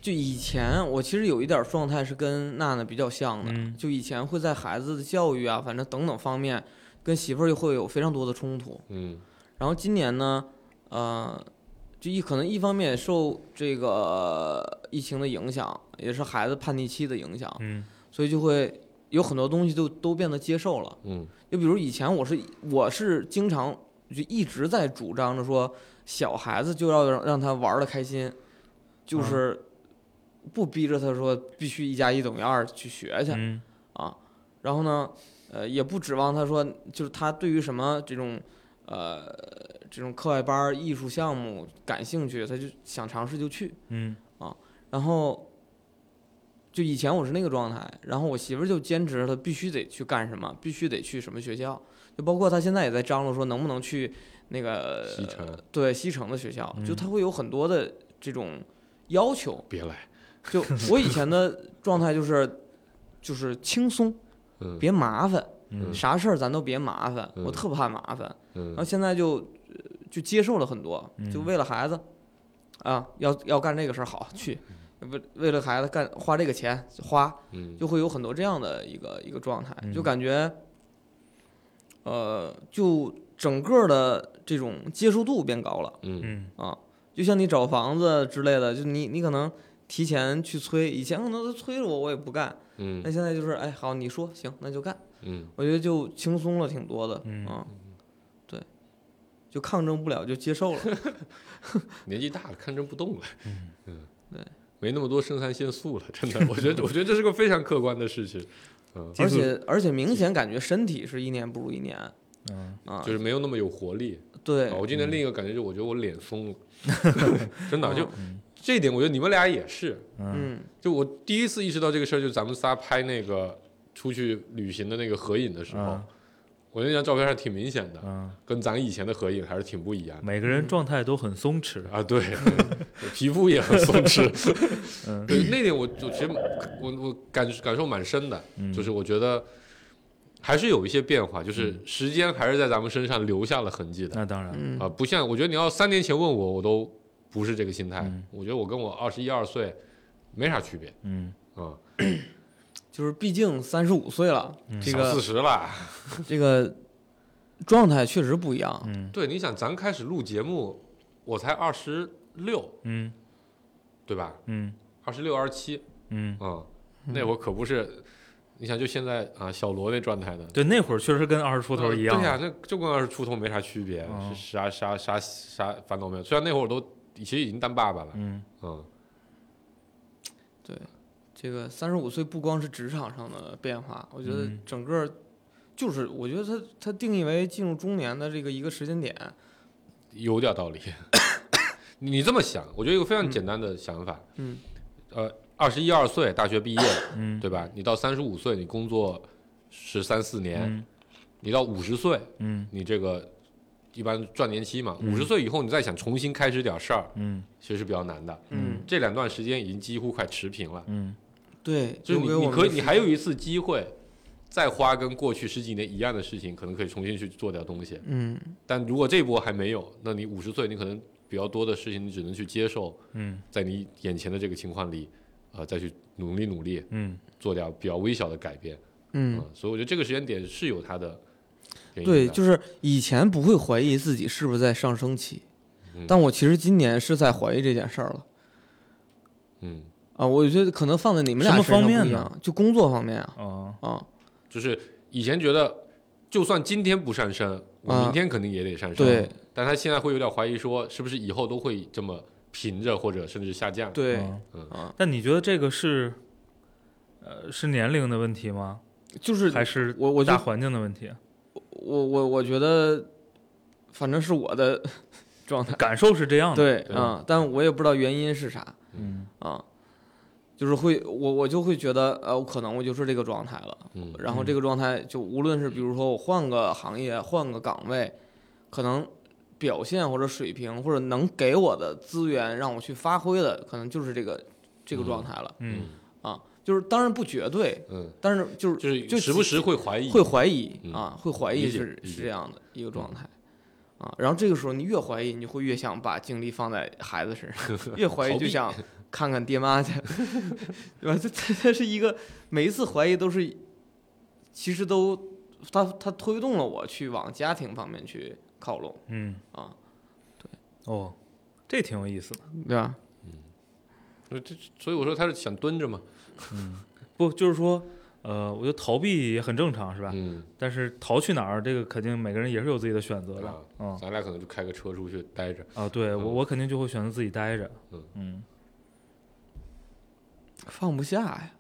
Speaker 3: 就以前我其实有一点儿状态是跟娜娜比较像的，
Speaker 4: 嗯
Speaker 3: 就以前会在孩子的教育啊，反正等等方面，跟媳妇儿会有非常多的冲突。
Speaker 5: 嗯
Speaker 3: 然后今年呢，呃，就一可能一方面也受这个呃疫情的影响，也是孩子叛逆期的影响，
Speaker 4: 嗯
Speaker 3: 所以就会有很多东西都都变得接受了。
Speaker 5: 嗯
Speaker 3: 就比如以前我是我是经常就一直在主张着说，小孩子就要让让他玩的开心，就是不逼着他说必须一加一等于二去学去
Speaker 4: 嗯
Speaker 3: 啊。然后呢，呃，也不指望他说就是他对于什么这种呃这种课外班儿、艺术项目感兴趣，他就想尝试就去。
Speaker 4: 嗯
Speaker 3: 然后就以前我是那个状态，然后我媳妇儿就坚持她必须得去干什么，必须得去什么学校，就包括她现在也在张罗说能不能去那个
Speaker 5: 西城
Speaker 3: 对西城的学校，就
Speaker 4: 嗯
Speaker 3: 她会有很多的这种要求。
Speaker 5: 别来，
Speaker 3: 就我以前的状态就是就是轻松，
Speaker 5: 嗯
Speaker 3: 别麻烦，
Speaker 4: 嗯
Speaker 3: 啥事儿咱都别麻烦，我
Speaker 5: 嗯
Speaker 3: 特怕麻烦。然
Speaker 4: 啊
Speaker 3: 后
Speaker 5: 嗯
Speaker 3: 现在就呃就接受了很多，就
Speaker 4: 嗯
Speaker 3: 为了孩子啊，要要干这个事儿好去，为为了孩子干花这个钱花，
Speaker 5: 嗯
Speaker 3: 就会有很多这样的一个一个状态，就
Speaker 4: 嗯
Speaker 3: 感觉，呃，就整个的这种接受度变高了
Speaker 5: 嗯
Speaker 4: 嗯
Speaker 3: 啊，就像你找房子之类的，就你你可能提前去催，以前可能都催着我我也不干，
Speaker 5: 嗯
Speaker 3: 那现在就是哎好你说行那就干，
Speaker 5: 嗯。
Speaker 3: 我觉得就轻松了挺多的，
Speaker 4: 嗯
Speaker 3: 啊，对，就抗争不了就接受了，
Speaker 5: 年纪大了，抗争不动了，
Speaker 4: 嗯
Speaker 5: 嗯，
Speaker 3: 对，
Speaker 5: 没那么多肾上腺素了，真的，我觉得，我觉得这是个非常客观的事情，嗯，
Speaker 4: 激
Speaker 3: 而
Speaker 4: 素
Speaker 3: 且而且明显感觉身体是一年不如一年
Speaker 4: 嗯，
Speaker 3: 啊
Speaker 5: 就，是没有那么有活力。
Speaker 3: 对
Speaker 5: 啊，我今天另一个感觉就是，我觉得我脸 松了，真的，就
Speaker 4: 嗯
Speaker 5: 这一点，我觉得你们俩也是。
Speaker 4: 嗯
Speaker 3: 嗯
Speaker 5: 就我第一次意识到这个事儿，就是咱们仨拍那个出去旅行的那个合影的时候
Speaker 4: 嗯，
Speaker 5: 我那张照片上挺明显的，
Speaker 4: 嗯，
Speaker 5: 跟咱以前的合影还是挺不一样的。
Speaker 4: 每个人状态都很松弛，
Speaker 5: 啊，对， 皮肤也很松弛，
Speaker 4: 嗯
Speaker 5: 对，那点我我其实我我感感受蛮深的，
Speaker 4: 嗯
Speaker 5: 就是我觉得还是有一些变化，就是
Speaker 4: 嗯
Speaker 5: 时间还是在咱们身上留下了痕迹的啊、
Speaker 4: 那当然，
Speaker 3: 嗯
Speaker 5: 不像我觉得你要三年前问我，我都不是这个心态，
Speaker 4: 嗯
Speaker 5: 我觉得我跟我二十一二岁没啥区别
Speaker 4: 嗯
Speaker 5: 啊，
Speaker 3: 就是毕竟三十五岁了，这
Speaker 5: 小四
Speaker 3: 个
Speaker 5: 十了。
Speaker 3: 这个状态确实不一样，
Speaker 4: 嗯
Speaker 5: 对，你想咱开始录节目，我才二十六，
Speaker 4: 嗯
Speaker 5: 对吧？
Speaker 4: 嗯
Speaker 5: 二十六二十七，
Speaker 4: 嗯，
Speaker 5: 嗯，那会儿可不是，你想就现在啊，小罗那状态的，
Speaker 4: 对，那会儿确实跟二十出头一样
Speaker 5: 嗯对，呀、那就跟二十出头没啥区别，
Speaker 4: 嗯
Speaker 3: 哦
Speaker 5: 是啥啥啥啥烦恼没有。虽然那会儿我都其实已经当爸爸了，
Speaker 4: 嗯
Speaker 5: 嗯，
Speaker 3: 这个三十五岁不光是职场上的变化，我觉得
Speaker 4: 嗯
Speaker 3: 整个就是我觉得它它定义为进入中年的这个一个时间点，
Speaker 5: 有点道理。 你这么想，我觉得有个非常简单的想法，
Speaker 3: 嗯
Speaker 5: 呃，二十一二岁大学毕业，
Speaker 4: 嗯
Speaker 5: 对吧？你到三十五岁，你工作十三四年，
Speaker 4: 嗯
Speaker 5: 你到五十岁，
Speaker 4: 嗯
Speaker 5: 你这个一般壮年期嘛，
Speaker 4: 嗯
Speaker 5: 五十岁以后你再想重新开始点事儿，
Speaker 4: 嗯
Speaker 5: 其实是比较难的。
Speaker 3: 嗯，
Speaker 5: 这两段时间已经几乎快持平了，
Speaker 4: 嗯
Speaker 3: 对，
Speaker 5: 就是你
Speaker 3: 留给我
Speaker 5: 你
Speaker 3: 们
Speaker 5: 可以
Speaker 3: 的
Speaker 5: 你
Speaker 3: 时
Speaker 5: 还有一次机会，再花跟过去十几年一样的事情，可能可以重新去做点东西。
Speaker 3: 嗯，
Speaker 5: 但如果这波还没有，那你五十岁你可能比较多的事情，你只能去接受，
Speaker 4: 嗯
Speaker 5: 在你眼前的这个情况里，呃，再去努力努力，
Speaker 4: 嗯
Speaker 5: 做点比较微小的改变。啊
Speaker 3: 嗯，
Speaker 5: 所以我觉得这个时间点是有它的原因
Speaker 3: 对，
Speaker 5: 的
Speaker 3: 就是以前不会怀疑自己是不是在上升期，
Speaker 5: 嗯
Speaker 3: 但我其实今年是在怀疑这件事儿了
Speaker 5: 嗯，
Speaker 3: 啊。我觉得可能放在你们俩
Speaker 4: 什么
Speaker 3: 身上
Speaker 4: 方面
Speaker 3: 不一
Speaker 4: 呢
Speaker 3: 样，就工作方面啊
Speaker 4: 哦，
Speaker 3: 啊，
Speaker 5: 就是以前觉得，就算今天不上升，我
Speaker 3: 啊
Speaker 5: 明天肯定也得上升。
Speaker 3: 对，
Speaker 5: 但他现在会有点怀疑，说是不是以后都会这么平着，或者甚至下降？，
Speaker 3: 对，
Speaker 4: 哦
Speaker 3: 啊
Speaker 4: 但你觉得这个是，呃，是年龄的问题吗？
Speaker 3: 就是
Speaker 4: 还是
Speaker 3: 我我就
Speaker 4: 大环境的问题？啊
Speaker 3: 我我我觉得，反正是我的 状态，
Speaker 4: 感受是这样的。，
Speaker 3: 对
Speaker 5: 对
Speaker 3: 啊，但我也不知道原因是啥
Speaker 4: 嗯
Speaker 3: 啊，就是会我我就会觉得呃，可能我就是这个状态了。
Speaker 5: 嗯，
Speaker 3: 然后这个状态就无论是比如说我换个行业、换个岗位，可能表现或者水平或者能给我的资源让我去发挥的，可能就是这个这个状态了、
Speaker 4: 嗯
Speaker 3: 啊。就是当然不绝对，
Speaker 5: 嗯，
Speaker 3: 但是就是
Speaker 5: 就是
Speaker 3: 就
Speaker 5: 时不
Speaker 3: 几
Speaker 5: 时会怀疑，
Speaker 3: 会怀疑、
Speaker 5: 嗯
Speaker 3: 啊，会怀疑
Speaker 5: 理解
Speaker 3: 是
Speaker 5: 理
Speaker 3: 是
Speaker 5: 解嗯
Speaker 3: 这样的一个状态。啊，然后这个时候你越怀疑，你就会越想把精力放在孩子身 上，越怀疑
Speaker 5: 逃
Speaker 3: 就
Speaker 5: 避
Speaker 3: 想看看爹妈去， 对吧？这这这是一个每一次怀疑都是，其实都他他推动了我去往家庭方面去靠拢，
Speaker 4: 嗯
Speaker 3: 啊，
Speaker 4: 对，哦，这挺有意思的。
Speaker 5: 嗯
Speaker 3: 对
Speaker 5: 啊
Speaker 3: 吧？
Speaker 5: 呃这所以我说他是想蹲着嘛，
Speaker 4: 不，就是说，呃，我觉得逃避也很正常，是吧？
Speaker 5: 嗯，
Speaker 4: 但是逃去哪儿，这个肯定每个人也是有自己的选择的
Speaker 5: 啊。
Speaker 4: 嗯
Speaker 5: 咱俩可能就开个车出去待着，
Speaker 4: 啊，对我
Speaker 5: 嗯
Speaker 4: 我肯定就会选择自己待着。
Speaker 5: 嗯
Speaker 4: 嗯
Speaker 3: 放不下呀，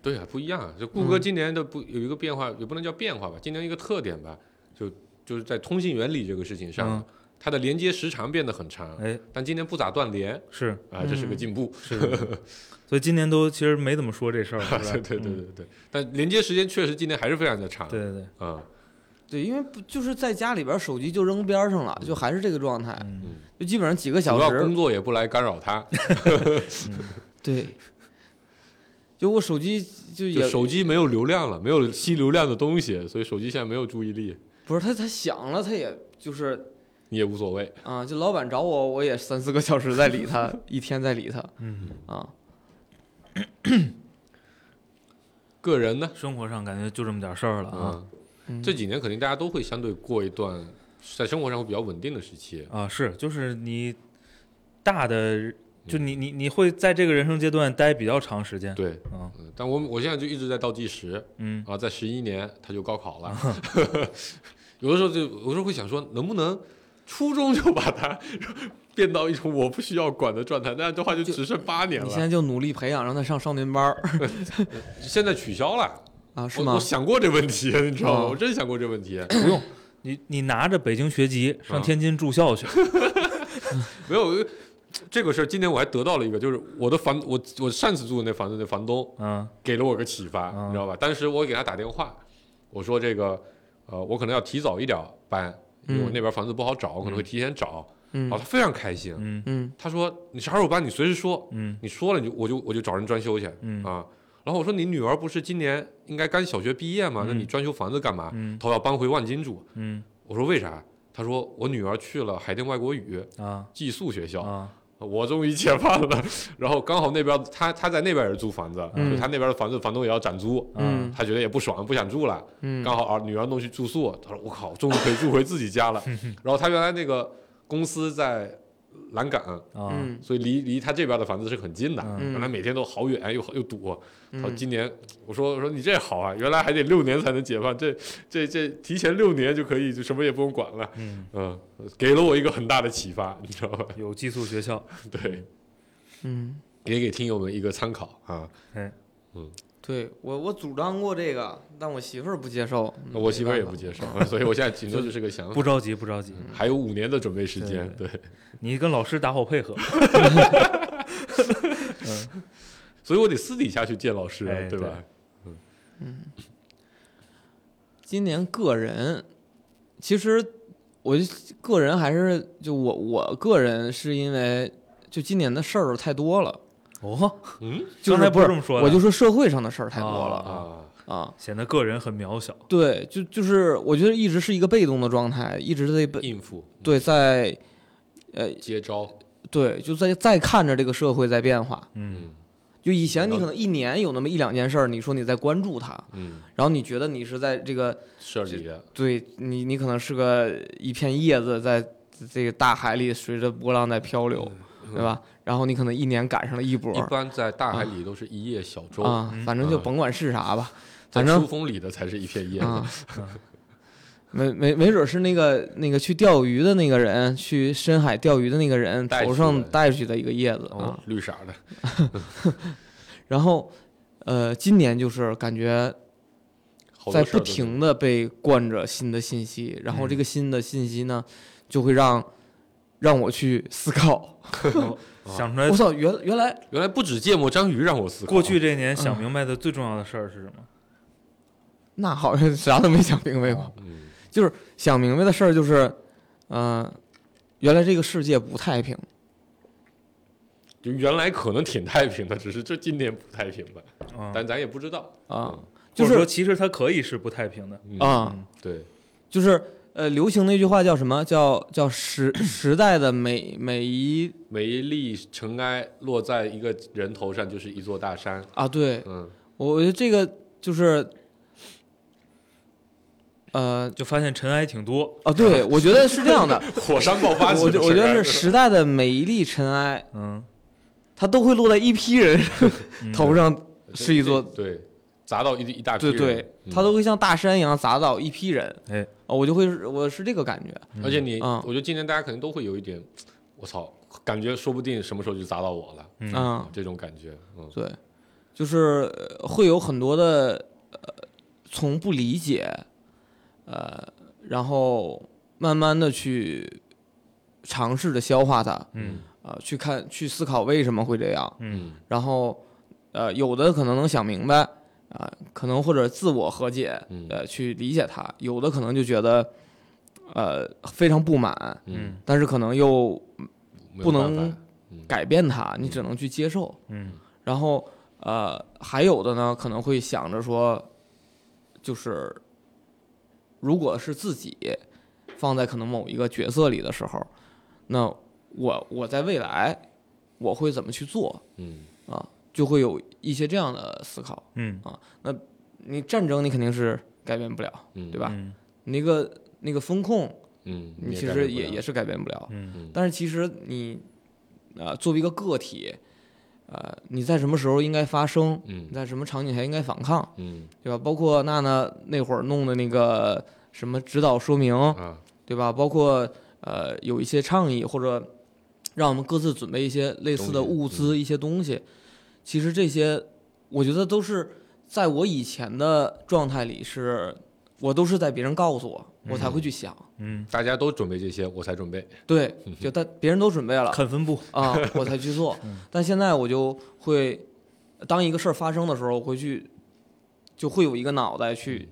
Speaker 5: 对啊，不一样啊。就谷歌
Speaker 4: 嗯
Speaker 5: 今年的不有一个变化，也不能叫变化吧，今年一个特点吧，就就是在通信原理这个事情上，
Speaker 4: 嗯
Speaker 5: 它的连接时长变得很长，
Speaker 4: 哎，嗯
Speaker 5: 但今年不咋断连
Speaker 4: 是
Speaker 5: 啊，这是个进步。
Speaker 4: 是，所以今年都其实没怎么说这事儿， 是吧
Speaker 5: 对对对
Speaker 4: 嗯
Speaker 5: 对对，但连接时间确实今年还是非常的长。
Speaker 4: 对对对，
Speaker 5: 啊，
Speaker 3: 对，因为不就是在家里边儿手机就扔边儿上了，就还是这个状态，
Speaker 4: 嗯
Speaker 3: 就基本上几个小
Speaker 5: 主要
Speaker 3: 时
Speaker 5: 工作也不来干 扰他，
Speaker 3: 对， 就我手机就也
Speaker 5: 就手机没有流量了，没有吸流量的东西，所以手机现在没有注意力，
Speaker 3: 不是他他想了，他也就是
Speaker 5: 你也无所谓。
Speaker 3: 啊，就老板找我，我也三四个小时在理他，一天在理他
Speaker 4: 嗯，
Speaker 3: 啊。
Speaker 5: 个人呢，
Speaker 4: 生活上感觉就这么点事儿了啊
Speaker 5: 啊，
Speaker 3: 嗯
Speaker 5: 这几年肯定大家都会相对过一段在生活上会比较稳定的时期。
Speaker 4: 啊，是就是你大的，就你你你会在这个人生阶段待比较长时间，
Speaker 5: 对，
Speaker 4: 啊
Speaker 5: 嗯，但我我现在就一直在倒计时
Speaker 4: 嗯
Speaker 5: 啊，在十一年他就高考
Speaker 3: 啊
Speaker 5: 了， 有的时候就有时候会想说，能不能初中就把它 变到一种我不需要管的状态，那样的话就只剩八年
Speaker 3: 你现
Speaker 5: 了。
Speaker 3: 在就努力培养，让他上少年班儿
Speaker 5: 现在取消了，
Speaker 3: 啊，是
Speaker 5: 我
Speaker 3: 吗
Speaker 5: 我？想过这问题，你知道吗？
Speaker 3: 嗯
Speaker 5: 我真想过这问题。
Speaker 4: 不用。你你拿着北京学籍上
Speaker 5: 啊
Speaker 4: 天津住校去，
Speaker 5: 没有这个事儿，今天我还得到了一个，就是我的房，我我上次住的那房子的房东
Speaker 4: 嗯
Speaker 5: 给了我个启发，
Speaker 4: 嗯
Speaker 5: 你知道吧？当时我给他打电话，我说这个，呃，我可能要提早一点搬，因为我
Speaker 3: 嗯
Speaker 5: 那边房子不好找，我可能会提前找。
Speaker 3: 嗯
Speaker 5: 啊，他非常开心，
Speaker 4: 嗯
Speaker 3: 嗯
Speaker 5: 他说你啥时候搬，你随时说，
Speaker 4: 嗯
Speaker 5: 你说了你就我就我就找人装修去
Speaker 4: 嗯
Speaker 5: 啊。然后我说你女儿不是今年应该刚小学毕业吗？那你装修房子干嘛？
Speaker 4: 嗯
Speaker 5: 她要搬回望京住。
Speaker 4: 嗯
Speaker 5: 我说为啥？他说我女儿去了海淀外国语
Speaker 4: 啊
Speaker 5: 寄宿学校。
Speaker 4: 啊
Speaker 5: 我终于解放了。 然后刚好那边他他在那边也是租房子，
Speaker 3: 嗯
Speaker 5: 就他那边的房子房东也要涨租，
Speaker 3: 嗯
Speaker 5: 他觉得也不爽，不想住了。
Speaker 3: 嗯
Speaker 5: 刚好啊，女儿弄去住宿，他说我靠，终于可以 住回自己 家了。然后他原来那个公司在蓝港，
Speaker 4: 啊
Speaker 3: 嗯
Speaker 5: 所以离离他这边的房子是很近的。
Speaker 4: 嗯
Speaker 5: 原来每天都好远，又又堵。好，
Speaker 3: 嗯
Speaker 5: 今年我说我说你这好啊，原来还得六年才能解放，这这这提前六年就可以就什么也不用管了。
Speaker 4: 嗯，
Speaker 5: 嗯，给了我一个很大的启发，你知道吧？
Speaker 4: 有寄宿学校，
Speaker 5: 对。
Speaker 3: 嗯，
Speaker 5: 也给听友们一个参考啊！
Speaker 3: 对我我主张过这个，但我媳妇儿不接受，嗯
Speaker 5: 我媳妇儿也
Speaker 3: 没办
Speaker 5: 不
Speaker 3: 法
Speaker 5: 接受，啊所以我现在顶多就是个
Speaker 3: 嗯
Speaker 5: 想
Speaker 4: 不
Speaker 5: 法，
Speaker 4: 着急不着急，
Speaker 5: 还有五年的准备时间。对，
Speaker 4: 你跟老师打好配合，
Speaker 3: 嗯
Speaker 5: 所以我得私底下去见老师啊
Speaker 4: 哎，
Speaker 5: 吧？
Speaker 3: 今年个人，其实我就个人还是就我我个人是因为就今年的事儿太多了，
Speaker 4: 哦，
Speaker 5: 嗯
Speaker 3: 就
Speaker 4: 刚才
Speaker 3: 是
Speaker 4: 不
Speaker 3: 是
Speaker 4: 这么说的，
Speaker 3: 我就说社会上的事儿太多
Speaker 4: 啊
Speaker 3: 了
Speaker 5: 啊，
Speaker 3: 啊。
Speaker 4: 显得个人很渺小。嗯
Speaker 3: 对，就就是我觉得一直是一个被动的状态，一直在被
Speaker 5: 应付
Speaker 3: 对在呃
Speaker 5: 接招，
Speaker 3: 对就在在看着这个社会在变化。
Speaker 4: 嗯，
Speaker 3: 就以前你可能一年有那么一两件事儿，你说你在关注它，
Speaker 5: 嗯，
Speaker 3: 然后你觉得你是在这个
Speaker 5: 事儿里的，
Speaker 3: 对你，你可能是个一片叶子在这个大海里随着波浪在漂流，对吧？然后你可能一年赶上了一波
Speaker 5: 嗯一般在大海里都是一叶小舟，
Speaker 3: 啊，反正就
Speaker 5: 嗯
Speaker 3: 甭管是啥吧，
Speaker 5: 在
Speaker 3: 反
Speaker 5: 书
Speaker 3: 正
Speaker 5: 风里的才是一片叶
Speaker 3: 啊
Speaker 5: 子，，
Speaker 3: 没没没准是那个那个去钓鱼的那个人，去深海钓鱼的那个人
Speaker 5: 带
Speaker 3: 头
Speaker 5: 去
Speaker 3: 上
Speaker 5: 的
Speaker 3: 带去的一个叶子啊
Speaker 5: 哦，，绿色的，
Speaker 3: 然后。呃，今年就是感觉
Speaker 5: 好多
Speaker 3: 在
Speaker 5: 事儿
Speaker 3: 不
Speaker 5: 都是
Speaker 3: 停的被灌着新的信息，然后这
Speaker 4: 嗯
Speaker 3: 个新的信息呢，就会让让我去思考。
Speaker 4: 哦想出
Speaker 5: 哎
Speaker 4: 来
Speaker 3: 我操，原原来
Speaker 5: 原来不止芥末章鱼让我思考，
Speaker 4: 过去这一
Speaker 3: 嗯
Speaker 4: 年想明白的最重要的事儿是什么？
Speaker 3: 那好像啥都没想明白过。
Speaker 5: 嗯
Speaker 3: 想明白的事儿就是，嗯、原来这个世界不太平。
Speaker 5: 就原来可能挺太平的，只是这今年不太平
Speaker 3: 嗯
Speaker 5: 吧，
Speaker 4: 啊，
Speaker 5: 但咱也不知道
Speaker 3: 啊，
Speaker 4: 或
Speaker 3: 就
Speaker 4: 者说
Speaker 3: 是
Speaker 4: 其实它可以是不太平的。
Speaker 5: 嗯
Speaker 3: 啊，
Speaker 4: 嗯
Speaker 5: 对，
Speaker 3: 就是呃，流行那句话叫什么？叫叫时时代的每每一
Speaker 5: 每一粒尘埃落在一个人头上就是一座大山，
Speaker 3: 啊，对
Speaker 5: 嗯，
Speaker 3: 我觉得这个就是，呃
Speaker 4: 就发现尘埃挺多。
Speaker 3: 啊，对我觉得是这样的，
Speaker 5: 火山爆发，
Speaker 3: 我觉我觉得是时代的每一粒尘埃，
Speaker 4: 嗯，
Speaker 3: 它都会落在一批人
Speaker 4: 嗯
Speaker 3: 头上，是一座
Speaker 5: 对砸到一一大
Speaker 3: 对
Speaker 5: 批人，
Speaker 3: 对，
Speaker 5: 嗯
Speaker 3: 它都会像大山一样砸倒一批人。
Speaker 4: 哎，
Speaker 3: 啊，我就会我是这个感觉。
Speaker 5: 而且你，
Speaker 3: 嗯
Speaker 5: 我觉得今年大家可能都会有一点，我操，感觉说不定什么时候就砸到我了，
Speaker 4: 嗯
Speaker 3: 嗯，
Speaker 5: 这种感觉，嗯
Speaker 3: 对，就是呃会有很多的呃，从不理解，呃，然后慢慢的去尝试着消化它，
Speaker 4: 嗯
Speaker 3: 啊、去看去思考为什么会这样，
Speaker 4: 嗯
Speaker 5: 嗯
Speaker 3: 然后呃，有的可能能想明白啊、可能或者自我和解，
Speaker 5: 嗯
Speaker 3: 呃，去理解它；有的可能就觉得呃非常不满，
Speaker 5: 嗯，
Speaker 4: 嗯
Speaker 3: 但是可能又
Speaker 5: 没有
Speaker 3: 不
Speaker 5: 办
Speaker 3: 能
Speaker 5: 法嗯
Speaker 3: 改变它，你只能去接受。
Speaker 4: 嗯
Speaker 3: 然后呃，还有的呢可能会想着说，就是如果是自己放在可能某一个角色里的时候，那我我在未来我会怎么去做
Speaker 5: 嗯
Speaker 3: 啊？就会有一些这样的思考。
Speaker 4: 嗯，
Speaker 3: 你战争你肯定是改变不了，
Speaker 5: 嗯，
Speaker 3: 对吧
Speaker 4: 嗯
Speaker 3: 那个那个风控
Speaker 5: 嗯，
Speaker 3: 你
Speaker 5: 也
Speaker 3: 其
Speaker 5: 改
Speaker 3: 实
Speaker 5: 变不
Speaker 3: 也
Speaker 5: 了
Speaker 3: 也是改变不了。
Speaker 4: 嗯
Speaker 5: 嗯
Speaker 3: 但是其实你呃作为一个个体，呃你在什么时候应该发声，
Speaker 5: 嗯
Speaker 3: 你在什么场景下应该反抗，
Speaker 5: 嗯
Speaker 3: 对吧？包括娜娜那会儿弄的那个什么指导说明，
Speaker 5: 啊
Speaker 3: 对吧？包括呃有一些倡议或者让我们各自准备一些类似的
Speaker 5: 东西嗯
Speaker 3: 物资、一些东西，其实这些我觉得都是在我以前的状态里是。我都是在别人告诉我，我才会去想。
Speaker 4: 嗯，
Speaker 5: 大家都准备这些，我才准备。
Speaker 3: 对，
Speaker 5: 嗯
Speaker 3: 就但别人都准备了，
Speaker 4: 看分布。
Speaker 3: 啊，我才去做。
Speaker 5: 嗯
Speaker 3: 但现在我就会，当一个事儿发生的时候，我会去，就会有一个脑袋去，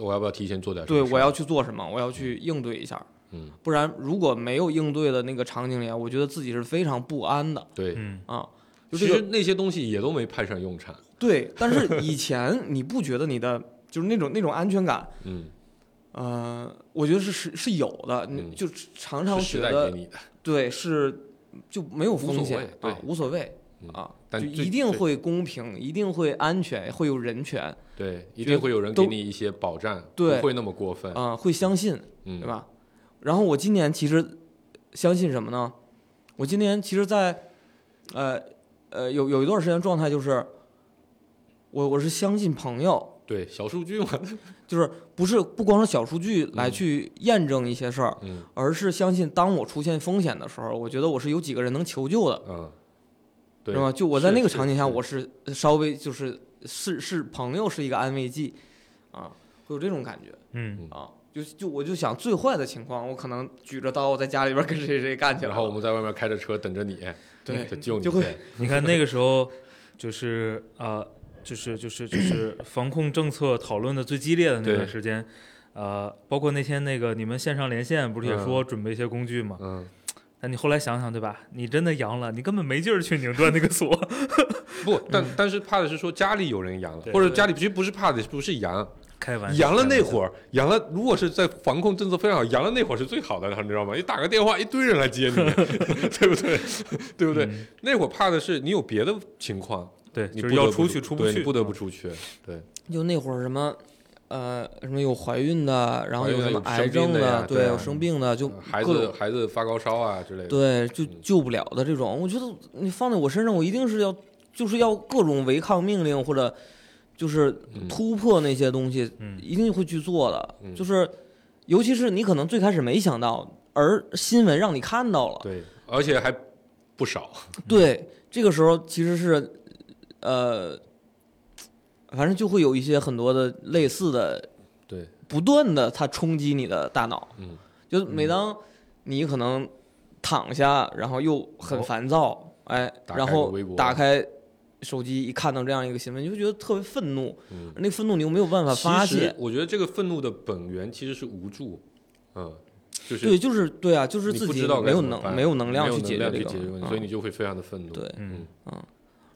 Speaker 5: 我要不要提前做点什么
Speaker 3: 对
Speaker 5: 嗯事？
Speaker 3: 我要去做什么，我要去应对一下。
Speaker 5: 嗯，
Speaker 3: 不然如果没有应对的那个场景里，啊我觉得自己是非常不安的
Speaker 5: 对，
Speaker 4: 嗯
Speaker 3: 啊。就
Speaker 5: 其
Speaker 3: 这
Speaker 5: 实
Speaker 3: 个
Speaker 5: 那些东西也都没派上用场。
Speaker 3: 对，但是以前你不觉得你的就是那种那种安全感，
Speaker 5: 嗯，
Speaker 3: 呃，我觉得是是是有的，你
Speaker 5: 嗯
Speaker 3: 就常常
Speaker 5: 是时
Speaker 3: 觉
Speaker 5: 代
Speaker 3: 得
Speaker 5: 给你的，
Speaker 3: 对是就没有风
Speaker 5: 无所
Speaker 3: 险
Speaker 5: 谓
Speaker 3: 啊
Speaker 5: 对，
Speaker 3: 无所谓
Speaker 5: 嗯
Speaker 3: 啊，
Speaker 5: 但
Speaker 3: 就
Speaker 5: 最
Speaker 3: 一定会公平，一定会安全，会有人权啊、
Speaker 5: 对，一
Speaker 3: 就
Speaker 5: 定会有人给
Speaker 3: 都
Speaker 5: 你一些保障，
Speaker 3: 对啊
Speaker 5: 不会那么过分，
Speaker 3: 会相信，
Speaker 5: 嗯，
Speaker 3: 对？吧？然后我今年其实相信什么呢？我今年其实在，呃呃有有一段时间状态就是，我我是相信朋友，
Speaker 5: 对，小数据嘛，
Speaker 3: 就是不是不光是小数据来去验证一些事儿，
Speaker 5: 嗯
Speaker 3: 而是相信当我出现风险的时候，我觉得我是有几个人能求救的。
Speaker 5: 嗯，对
Speaker 3: 是吧？就我在
Speaker 5: 是
Speaker 3: 那个
Speaker 5: 是
Speaker 3: 场景下，
Speaker 5: 是
Speaker 3: 我是稍微就是是是朋友是一个安慰剂，啊，会有这种感觉
Speaker 4: 嗯
Speaker 3: 啊。就就我就想最坏的情况，我可能举着刀在家里边跟谁谁干起来
Speaker 5: 然后我
Speaker 3: 了，
Speaker 5: 们在外面开着车等着你，
Speaker 3: 对
Speaker 5: 就救你
Speaker 3: 就会
Speaker 5: 去，
Speaker 4: 你看那个时候，就是啊、呃就是就是就是防控政策讨论的最激烈的那段
Speaker 5: 对
Speaker 4: 时间，呃，包括那天那个你们线上连线不是也说准备一些工具嘛？
Speaker 5: 嗯，
Speaker 4: 但你后来想想对吧？你真的阳了，你根本没劲儿去拧断那个锁。
Speaker 5: 不，但但是怕的是说家里有人阳了，
Speaker 4: 对
Speaker 5: 或者家里其实不是怕的，不是阳，
Speaker 4: 开玩笑，
Speaker 5: 阳了那
Speaker 4: 儿，
Speaker 5: 会儿，阳了，如果是在防控政策非常好，阳了那会儿是最好的，你知道吗？你打个电话，一堆人来接你， 对不对？ 对不对？那会儿怕的是你有别的情况，
Speaker 4: 嗯对，
Speaker 5: 你
Speaker 4: 就是
Speaker 5: 不得
Speaker 4: 要
Speaker 5: 不
Speaker 4: 出去出不
Speaker 5: 对你
Speaker 4: 去，嗯
Speaker 5: 不得不出去。对，
Speaker 3: 就那会儿什么，呃，什么有怀孕的，然后有
Speaker 5: 怀
Speaker 3: 什
Speaker 5: 孕的
Speaker 3: 么
Speaker 5: 有
Speaker 3: 癌
Speaker 5: 生病
Speaker 3: 症
Speaker 5: 的呀
Speaker 3: 对，
Speaker 5: 对啊
Speaker 3: 有生病的，就
Speaker 5: 孩
Speaker 3: 各
Speaker 5: 子
Speaker 3: 种
Speaker 5: 孩子发高烧啊之类的，
Speaker 3: 对，就救不了的这种，我觉得你放在我身上，我一定是要就是要各种违抗命令或者就是
Speaker 5: 嗯
Speaker 3: 突破那些东西，
Speaker 4: 嗯
Speaker 3: 一定会去做的。
Speaker 5: 嗯
Speaker 3: 就是尤其是你可能最开始没想到，而新闻让你看到了，
Speaker 5: 对，而且还不少。
Speaker 3: 对，这个时候其实是，呃，反正就会有一些很多的类似的，
Speaker 5: 对，
Speaker 3: 不断的它冲击你的大脑。
Speaker 5: 嗯，
Speaker 3: 就每当你可能躺下，然后又很
Speaker 4: 哦
Speaker 3: 烦躁，哎，
Speaker 5: 打
Speaker 3: 然
Speaker 5: 开
Speaker 3: 后
Speaker 5: 微博
Speaker 3: 打开手机一看到这样一个新闻，你就觉得特别愤怒，
Speaker 5: 嗯
Speaker 3: 那愤怒你又没有办法发
Speaker 5: 其实
Speaker 3: 泄。
Speaker 5: 我觉得这个愤怒的本源其实是无助，嗯，就是
Speaker 3: 对，就是对啊，就是
Speaker 5: 你
Speaker 3: 自
Speaker 5: 不
Speaker 3: 己
Speaker 5: 知道该
Speaker 3: 没有
Speaker 5: 怎么
Speaker 3: 能
Speaker 5: 办
Speaker 3: 没有能量
Speaker 5: 没有
Speaker 3: 去解决
Speaker 5: 能
Speaker 3: 这
Speaker 5: 量
Speaker 3: 个
Speaker 5: 去解决问
Speaker 3: 嗯
Speaker 5: 题，所以你就会非常的愤怒。
Speaker 3: 对，
Speaker 4: 嗯，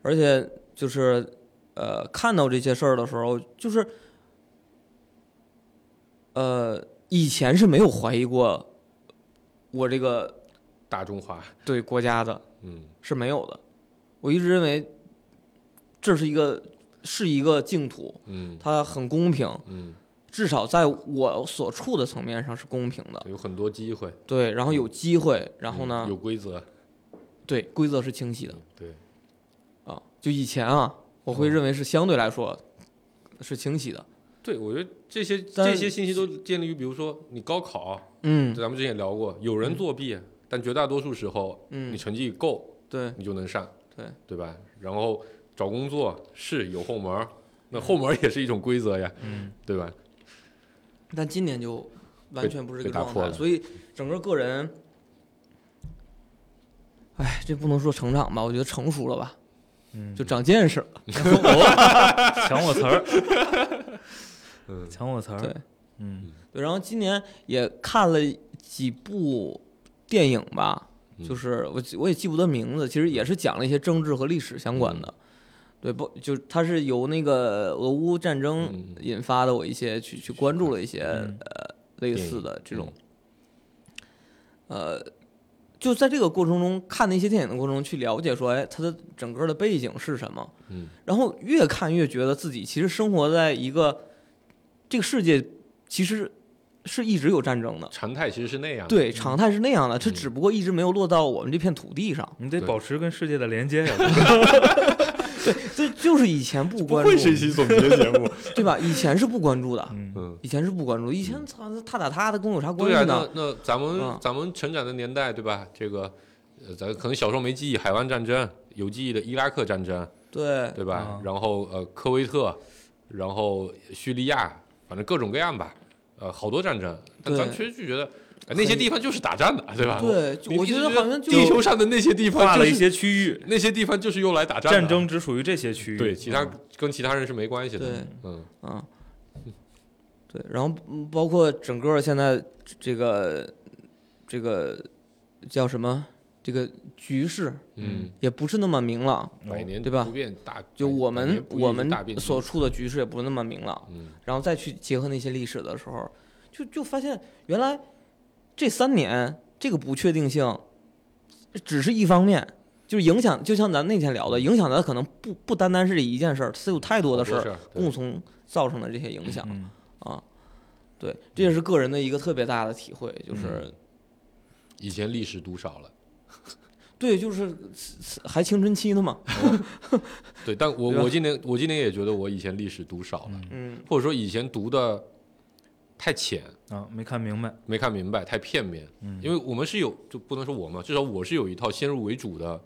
Speaker 3: 而且就是呃，看到这些事儿的时候，就是呃，以前是没有怀疑过我这个
Speaker 5: 大中华，
Speaker 3: 对国家的
Speaker 5: 嗯，
Speaker 3: 是没有的，我一直认为这是一个是一个净土，
Speaker 5: 嗯
Speaker 3: 它很公平，
Speaker 5: 嗯，
Speaker 3: 至少在我所处的层面上是公平的，
Speaker 5: 有很多机会，
Speaker 3: 对，然后有机会，呃然后呢
Speaker 5: 嗯，有规则，嗯
Speaker 3: 对规则是清晰的。
Speaker 5: 对，
Speaker 3: 啊，就以前啊，我会认为是相对来说是清晰的。
Speaker 5: 对，我觉得这些
Speaker 3: 但
Speaker 5: 这些信息都建立于，比如说你高考，
Speaker 3: 嗯，
Speaker 5: 咱们之前也聊过，有人作弊，但绝大多数时候，
Speaker 3: 嗯
Speaker 5: 你成绩够，
Speaker 3: 对
Speaker 5: 你就能上，
Speaker 3: 对
Speaker 5: 对吧？然后找工作是有后门儿，那后门儿也是一种规则呀，
Speaker 4: 嗯，
Speaker 5: 对吧？
Speaker 3: 但今年就完全不是这个
Speaker 5: 被打
Speaker 3: 状
Speaker 5: 破
Speaker 3: 态，
Speaker 5: 了
Speaker 3: 所以整个个人，哎，这不能说成长吧，我觉得成熟了吧，
Speaker 4: 嗯
Speaker 3: 就长见识了。
Speaker 4: 抢我词 儿，
Speaker 5: 嗯
Speaker 4: 抢我词儿，
Speaker 3: 对
Speaker 4: 嗯，
Speaker 3: 对，然后今年也看了几部电影吧，
Speaker 5: 嗯
Speaker 3: 就是我记我也记不得名字，其实也是讲了一些政治和历史相关
Speaker 5: 嗯
Speaker 3: 的。对，不就是它是由那个俄乌战争
Speaker 5: 嗯
Speaker 3: 引发的，我一些去去关注了一些、
Speaker 4: 嗯
Speaker 3: 呃类似的这种
Speaker 5: 嗯，
Speaker 3: 呃，就在这个过程中看那些电影的过程中去了解说，哎，它的整个的背景是什么，
Speaker 5: 嗯，
Speaker 3: 然后越看越觉得自己其实生活在一个这个世界，其实是一直有战争的，
Speaker 5: 常态其实是那样的，
Speaker 3: 对，常态是那样的，
Speaker 5: 嗯
Speaker 3: 这只不过一直没有落到我们这片土地上，
Speaker 4: 你得
Speaker 5: 对
Speaker 4: 保持跟世界的连接呀，
Speaker 3: 这就是以前不关
Speaker 5: 嗯会是一
Speaker 3: 注，
Speaker 5: 期总结节目，
Speaker 3: 对吧？以前是不关注的，
Speaker 4: 嗯，
Speaker 5: 嗯。
Speaker 3: 以前是不关注，以前操他打他的跟我有啥关
Speaker 5: 对啊，
Speaker 3: 系呢
Speaker 5: 那？那咱们、
Speaker 3: 嗯
Speaker 5: 咱们成长的年代，对吧？这个，呃，咱可能小时候没记忆，海湾战争有记忆的伊拉克战争，
Speaker 3: 对，
Speaker 5: 对吧？
Speaker 4: 嗯
Speaker 5: 然后呃，科威特，然后叙利亚，反正各种各样吧，呃，好多战争。但
Speaker 3: 对
Speaker 5: 咱确实就觉得、哎那些地方就是打仗的，对吧？
Speaker 3: 对
Speaker 5: 啊你
Speaker 3: 我
Speaker 5: 一直
Speaker 3: 觉
Speaker 5: 觉
Speaker 3: 得好像就
Speaker 5: 地球上的那些地
Speaker 4: 划
Speaker 5: 方就
Speaker 4: 了
Speaker 5: 是
Speaker 4: 一些区 域，
Speaker 5: 那些地方就是用来打仗的，啊
Speaker 4: 战争只属于这些区域，
Speaker 5: 对其他、
Speaker 4: 嗯
Speaker 5: 跟其他人是没关系的。
Speaker 3: 对，
Speaker 5: 嗯，
Speaker 3: 啊，对，然后嗯包括整个现在这个这个叫什么这个局势
Speaker 5: 嗯，
Speaker 3: 也不是那么明朗，
Speaker 5: 百年
Speaker 3: 对吧
Speaker 5: 不变大，
Speaker 3: 就我
Speaker 5: 百
Speaker 3: 们
Speaker 5: 年不易
Speaker 3: 我
Speaker 5: 是
Speaker 3: 们
Speaker 5: 大变局
Speaker 3: 所处的局势也不是那么明朗，
Speaker 5: 嗯
Speaker 3: 然后再去结合那些历史的时候，就就发现原来这三年这个不确定性只是一方面。就是影响，就像咱那天聊的，影响的可能不不单单是这一件事儿，是有太多的
Speaker 5: 好
Speaker 3: 事儿
Speaker 5: 事儿啊对
Speaker 3: 共同造成的这些影响。
Speaker 4: 嗯
Speaker 3: 啊，对，这也是个人的一个特别大的体会，就是、
Speaker 5: 以前历史读少了。
Speaker 3: 对，就是还青春期呢嘛，
Speaker 5: 对，但我
Speaker 3: 对吧
Speaker 5: 我今年我今年也觉得我以前历史读少了，
Speaker 3: 嗯，
Speaker 5: 或者说以前读的太浅，
Speaker 4: 啊，没看明白，
Speaker 5: 没看明白，太片面。嗯，因为我们是有，就不能说我嘛，至少我是有一套先入为主的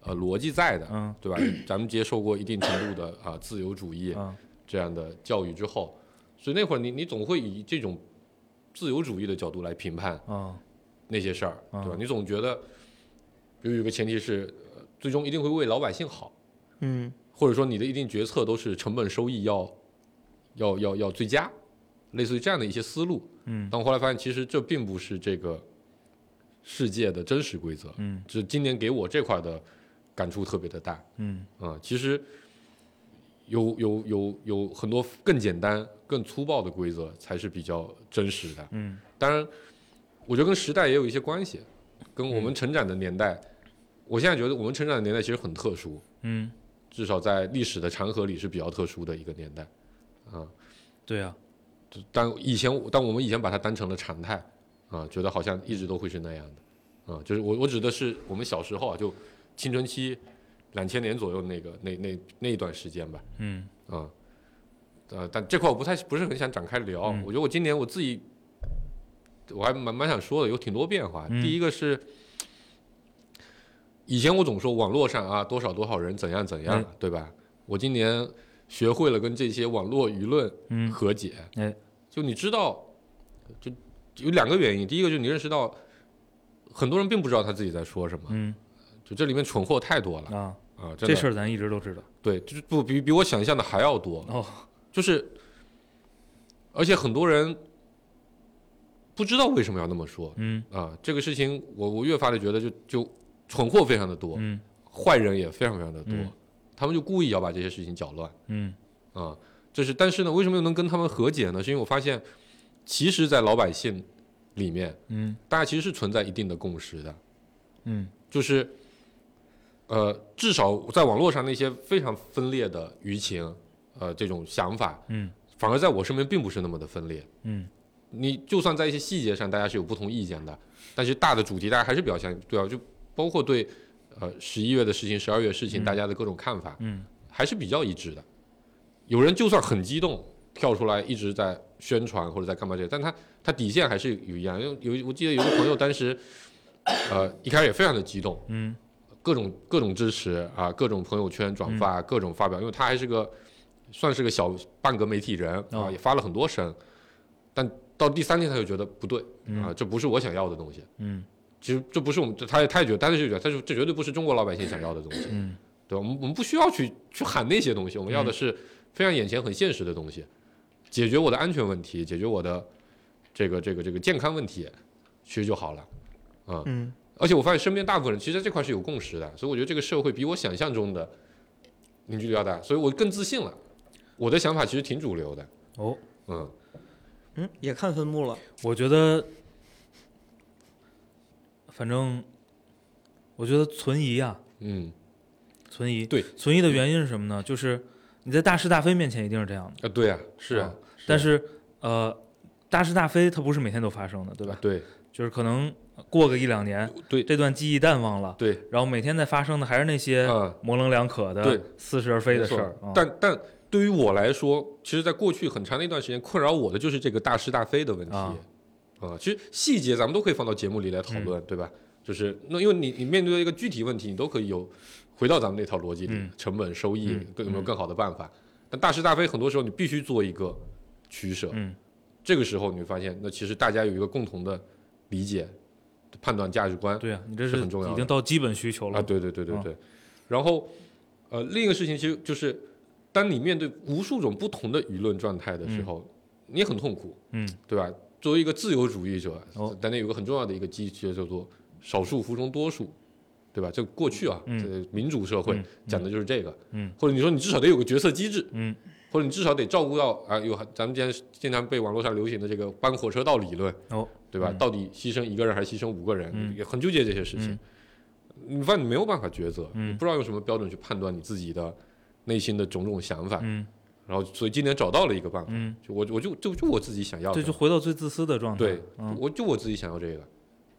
Speaker 5: 呃逻辑在的，
Speaker 4: 嗯
Speaker 5: 对吧？咱们接受过一定程度的啊、自由主义
Speaker 4: 啊，
Speaker 5: 这样的教育之后，所以那会儿你你总会以这种自由主义的角度来评判
Speaker 4: 啊，
Speaker 5: 那些事儿，对吧？
Speaker 4: 嗯
Speaker 5: 你总觉得，比如有个前提是，呃最终一定会为老百姓好。
Speaker 3: 嗯，
Speaker 5: 或者说你的一定决策都是成本收益要要要要最佳，类似于这样的一些思路。
Speaker 4: 嗯
Speaker 5: 但我后来发现，其实这并不是这个世界的真实规则。
Speaker 4: 嗯
Speaker 5: 这今年给我这块的感触特别的大啊、
Speaker 4: 嗯
Speaker 5: 嗯其实有有有有很多更简单、更粗暴的规则才是比较真实的。
Speaker 4: 嗯
Speaker 5: 当然，我觉得跟时代也有一些关系，跟
Speaker 4: 嗯
Speaker 5: 我们成长的年代，我现在觉得我们成长的年代其实很特殊，
Speaker 4: 嗯，
Speaker 5: 至少在历史的长河里是比较特殊的一个年代啊。
Speaker 4: 对啊，
Speaker 5: 但以前我，但我们以前把它当成了常态啊，觉得好像一直都会是那样的啊。就是我我指的是我们小时候啊，就青春期，两千年左右那个那那那一段时间吧
Speaker 4: 嗯
Speaker 5: 啊。呃，但这块我不太不是很想展开聊。
Speaker 4: 嗯
Speaker 5: 我觉得我今年我自己，我还蛮蛮想说的，有挺多变化。
Speaker 4: 嗯
Speaker 5: 第一个是，以前我总说网络上啊多少多少人怎样怎样，
Speaker 4: 嗯
Speaker 5: 对吧？我今年学会了跟这些网络舆论
Speaker 4: 嗯
Speaker 5: 和解。
Speaker 4: 哎
Speaker 5: 就你知道，就有两个原因，第一个就是你认识到，很多人并不知道他自己在说什么，
Speaker 4: 嗯
Speaker 5: 就这里面蠢货太多了
Speaker 4: 啊，
Speaker 5: 啊！
Speaker 4: 这
Speaker 5: 真的
Speaker 4: 事儿咱一直都知道。
Speaker 5: 对，就是不比比我想象的还要多，
Speaker 4: 哦，
Speaker 5: 就是，而且很多人不知道为什么要那么说
Speaker 4: 嗯
Speaker 5: 啊！这个事情我我越发的觉得就就蠢货非常的多，
Speaker 4: 嗯
Speaker 5: 坏人也非常非常的多，
Speaker 4: 嗯
Speaker 5: 他们就故意要把这些事情搅乱。
Speaker 4: 嗯
Speaker 5: 啊，这是但是呢，为什么又能跟他们和解呢？是因为我发现，其实，在老百姓里面，
Speaker 4: 嗯
Speaker 5: 大家其实是存在一定的共识的，
Speaker 4: 嗯
Speaker 5: 就是，呃，至少在网络上那些非常分裂的舆情，呃，这种想法，
Speaker 4: 嗯
Speaker 5: 反而在我身边并不是那么的分裂。
Speaker 4: 嗯
Speaker 5: 你就算在一些细节上大家是有不同意见的，但是大的主题大家还是比较相对啊，就包括对呃十一月的事情、十二月事情
Speaker 4: 嗯
Speaker 5: 大家的各种看法，
Speaker 4: 嗯
Speaker 5: 还是比较一致的。有人就算很激动，跳出来一直在宣传或者在干嘛这些，但他他底线还是有一样。因为有一我记得有一个朋友当时，呃，一开始也非常的激动，
Speaker 4: 嗯
Speaker 5: 各种各种支持啊，各种朋友圈转发，各种发表，因为他还是个算是个小半个媒体人啊，
Speaker 4: 哦
Speaker 5: 也发了很多声，但到第三天他就觉得不对啊，
Speaker 4: 嗯
Speaker 5: 这不是我想要的东西。
Speaker 4: 嗯
Speaker 5: 其实这不是我们，这他也他也觉得，他就觉得，他说这绝对不是中国老百姓想要的东西。
Speaker 4: 嗯
Speaker 5: 对吧？我们我们不需要去去喊那些东西，我们要的是非常眼前很现实的东西，解决我的安全问题，解决我的这个这个这个健康问题，其实就好了。
Speaker 3: 嗯
Speaker 5: 而且我发现身边大部分人其实在这块是有共识的，所以我觉得这个社会比我想象中的凝聚力要大，所以我更自信了。我的想法其实挺主流的，
Speaker 4: 哦，
Speaker 5: 嗯，
Speaker 3: 嗯，也看分幕了。
Speaker 4: 我觉得，反正我觉得存疑啊，
Speaker 5: 嗯
Speaker 4: 存疑。
Speaker 5: 对，
Speaker 4: 存疑的原因是什么呢？就是你在大是大非面前一定是这样的，
Speaker 5: 啊，对啊，是
Speaker 4: 啊，
Speaker 5: 啊
Speaker 4: 但是呃，大是大非它不是每天都发生的，对
Speaker 5: 对
Speaker 4: 吧？
Speaker 5: 吧？啊对
Speaker 4: 就是可能过个一两年，
Speaker 5: 对
Speaker 4: 这段记忆淡忘了，
Speaker 5: 对，
Speaker 4: 然后每天在发生的还是那些
Speaker 5: 啊，
Speaker 4: 模棱两可
Speaker 5: 对
Speaker 4: 的、似是而非的
Speaker 5: 没错
Speaker 4: 事儿。啊
Speaker 5: 但但对于我来说，其实，在过去很长的一段时间，困扰我的就是这个大是大非的问题。
Speaker 4: 啊嗯
Speaker 5: 啊其实细节咱们都可以放到节目里来讨论，对吧？就是那因为你你面对一个具体问题，你都可以有回到咱们那套逻辑里，
Speaker 4: 嗯
Speaker 5: 成本收益
Speaker 4: 嗯
Speaker 5: 更有没有更好的办法？但大是大非很多时候你必须做一个取舍。
Speaker 4: 嗯
Speaker 5: 这个时候你会发现，那其实大家有一个共同的理解、判断价值观，
Speaker 4: 对啊，你这
Speaker 5: 是
Speaker 4: 是
Speaker 5: 很重要的
Speaker 4: 已经到基本需求了
Speaker 5: 啊，。对对对对
Speaker 4: 啊
Speaker 5: 对。然后，呃，另一个事情其实就是，当你面对无数种不同的舆论状态的时候，你很痛苦，
Speaker 4: 嗯
Speaker 5: 对吧？作为一个自由主义者
Speaker 4: 哦，
Speaker 5: 但那有个很重要的一个基石叫做少数服从多数，对吧？这过去啊，
Speaker 4: 嗯
Speaker 5: 这民主社会
Speaker 4: 嗯
Speaker 5: 讲的就是这个，
Speaker 4: 嗯
Speaker 5: 或者你说你至少得有个角色机制，
Speaker 4: 嗯
Speaker 5: 或者你至少得照顾到啊，有咱们经常经常被网络上流行的这个搬火车道理论，
Speaker 4: 哦，
Speaker 5: 对吧？
Speaker 4: 嗯
Speaker 5: 到底牺牲一个人还是牺牲五个人，
Speaker 4: 嗯
Speaker 5: 也很纠结这些事情。你发现你没有办法抉择，
Speaker 4: 嗯
Speaker 5: 你不知道用什么标准去判断你自己的内心的种种想法，
Speaker 4: 嗯
Speaker 5: 然后所以今年找到了一个办法，
Speaker 4: 嗯，
Speaker 5: 就我我就就就我自己想要的，
Speaker 4: 这就回到最自私的状态。
Speaker 5: 对，
Speaker 4: 嗯
Speaker 5: 我就我自己想要这个，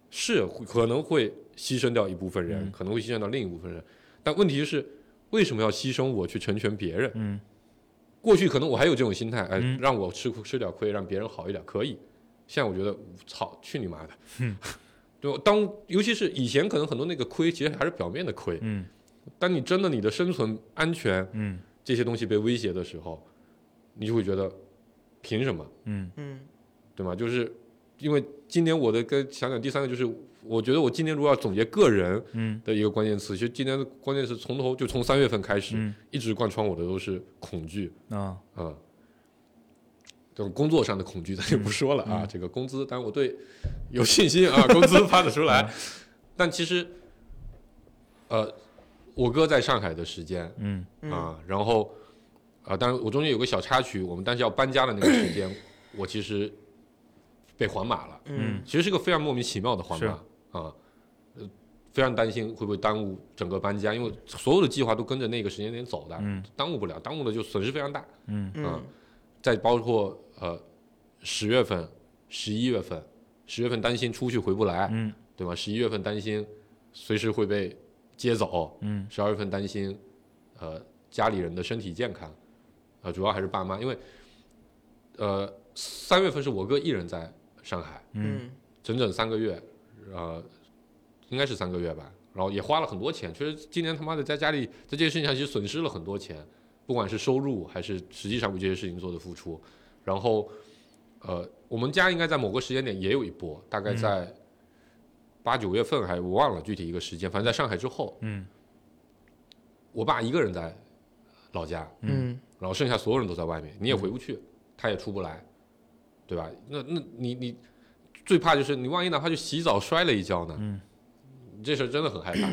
Speaker 5: 是会可能会牺牲掉一部分人，
Speaker 4: 嗯
Speaker 5: 可能会牺牲掉另一部分人，但问题是为什么要牺牲我去成全别人？
Speaker 4: 嗯
Speaker 5: 过去可能我还有这种心态，哎，
Speaker 4: 嗯
Speaker 5: 让我吃苦吃点亏，让别人好一点，可以。现在我觉得，操，去你妈的！ 对吧，当尤其是以前可能很多那个亏，其实还是表面的亏。
Speaker 4: 嗯
Speaker 5: 当你真的你的生存安全
Speaker 4: 嗯
Speaker 5: 这些东西被威胁的时候，你就会觉得，凭什么？
Speaker 4: 嗯
Speaker 3: 嗯
Speaker 5: 对吗？就是因为今年我的跟想想第三个就是我觉得我今年如果要总结个人
Speaker 4: 嗯
Speaker 5: 的一个关键词，其实今年的关键词从头就从三月份开始，
Speaker 4: 嗯
Speaker 5: 一直贯穿我的都是恐惧
Speaker 4: 啊
Speaker 5: 啊。这种工作上的恐惧，咱就不说了
Speaker 4: 嗯
Speaker 5: 啊。这个工资，当然我对有信心啊，工资发得出
Speaker 4: 嗯
Speaker 5: 来。但其实，呃，我哥在上海的时间，
Speaker 4: 嗯
Speaker 5: 啊，然后啊，当然我中间有个小插曲，我们但是要搬家的那个时 间，我其实被还码了，
Speaker 4: 嗯
Speaker 5: 其实是个非常莫名其妙的还
Speaker 4: 是
Speaker 5: 码啊，呃非常担心会不会耽误整个搬家，因为所有的计划都跟着那个时间点走的，
Speaker 4: 嗯
Speaker 5: 耽误不了，耽误了就损失非常大。
Speaker 4: 嗯
Speaker 5: 嗯，再包括呃十月份、十一月份，十月份担心出去回不来，
Speaker 4: 嗯
Speaker 5: 对吧？十一月份担心随时会被接走，
Speaker 4: 嗯，
Speaker 5: 十二月份担心呃家里人的身体健康，啊、主要还是爸妈，因为呃三月份是我哥一人在上海，
Speaker 4: 嗯
Speaker 5: 整整三个月，呃，应该是三个月吧。然后也花了很多钱，确实今年他妈的在家里在这些事情上其实损失了很多钱，不管是收入还是实际上为这些事情做的付出。然后，呃，我们家应该在某个时间点也有一波，大概在八九月份还我忘了具体一个时间，反正在上海之后，
Speaker 4: 嗯，
Speaker 5: 我爸一个人在老家，
Speaker 3: 嗯
Speaker 5: 然后剩下所有人都在外面，你
Speaker 4: 嗯
Speaker 5: 也回不去，他也出不来，对吧？那那你你最怕就是你万一哪怕就洗澡摔了一跤呢？
Speaker 4: 嗯，
Speaker 5: 这事儿真的很害怕。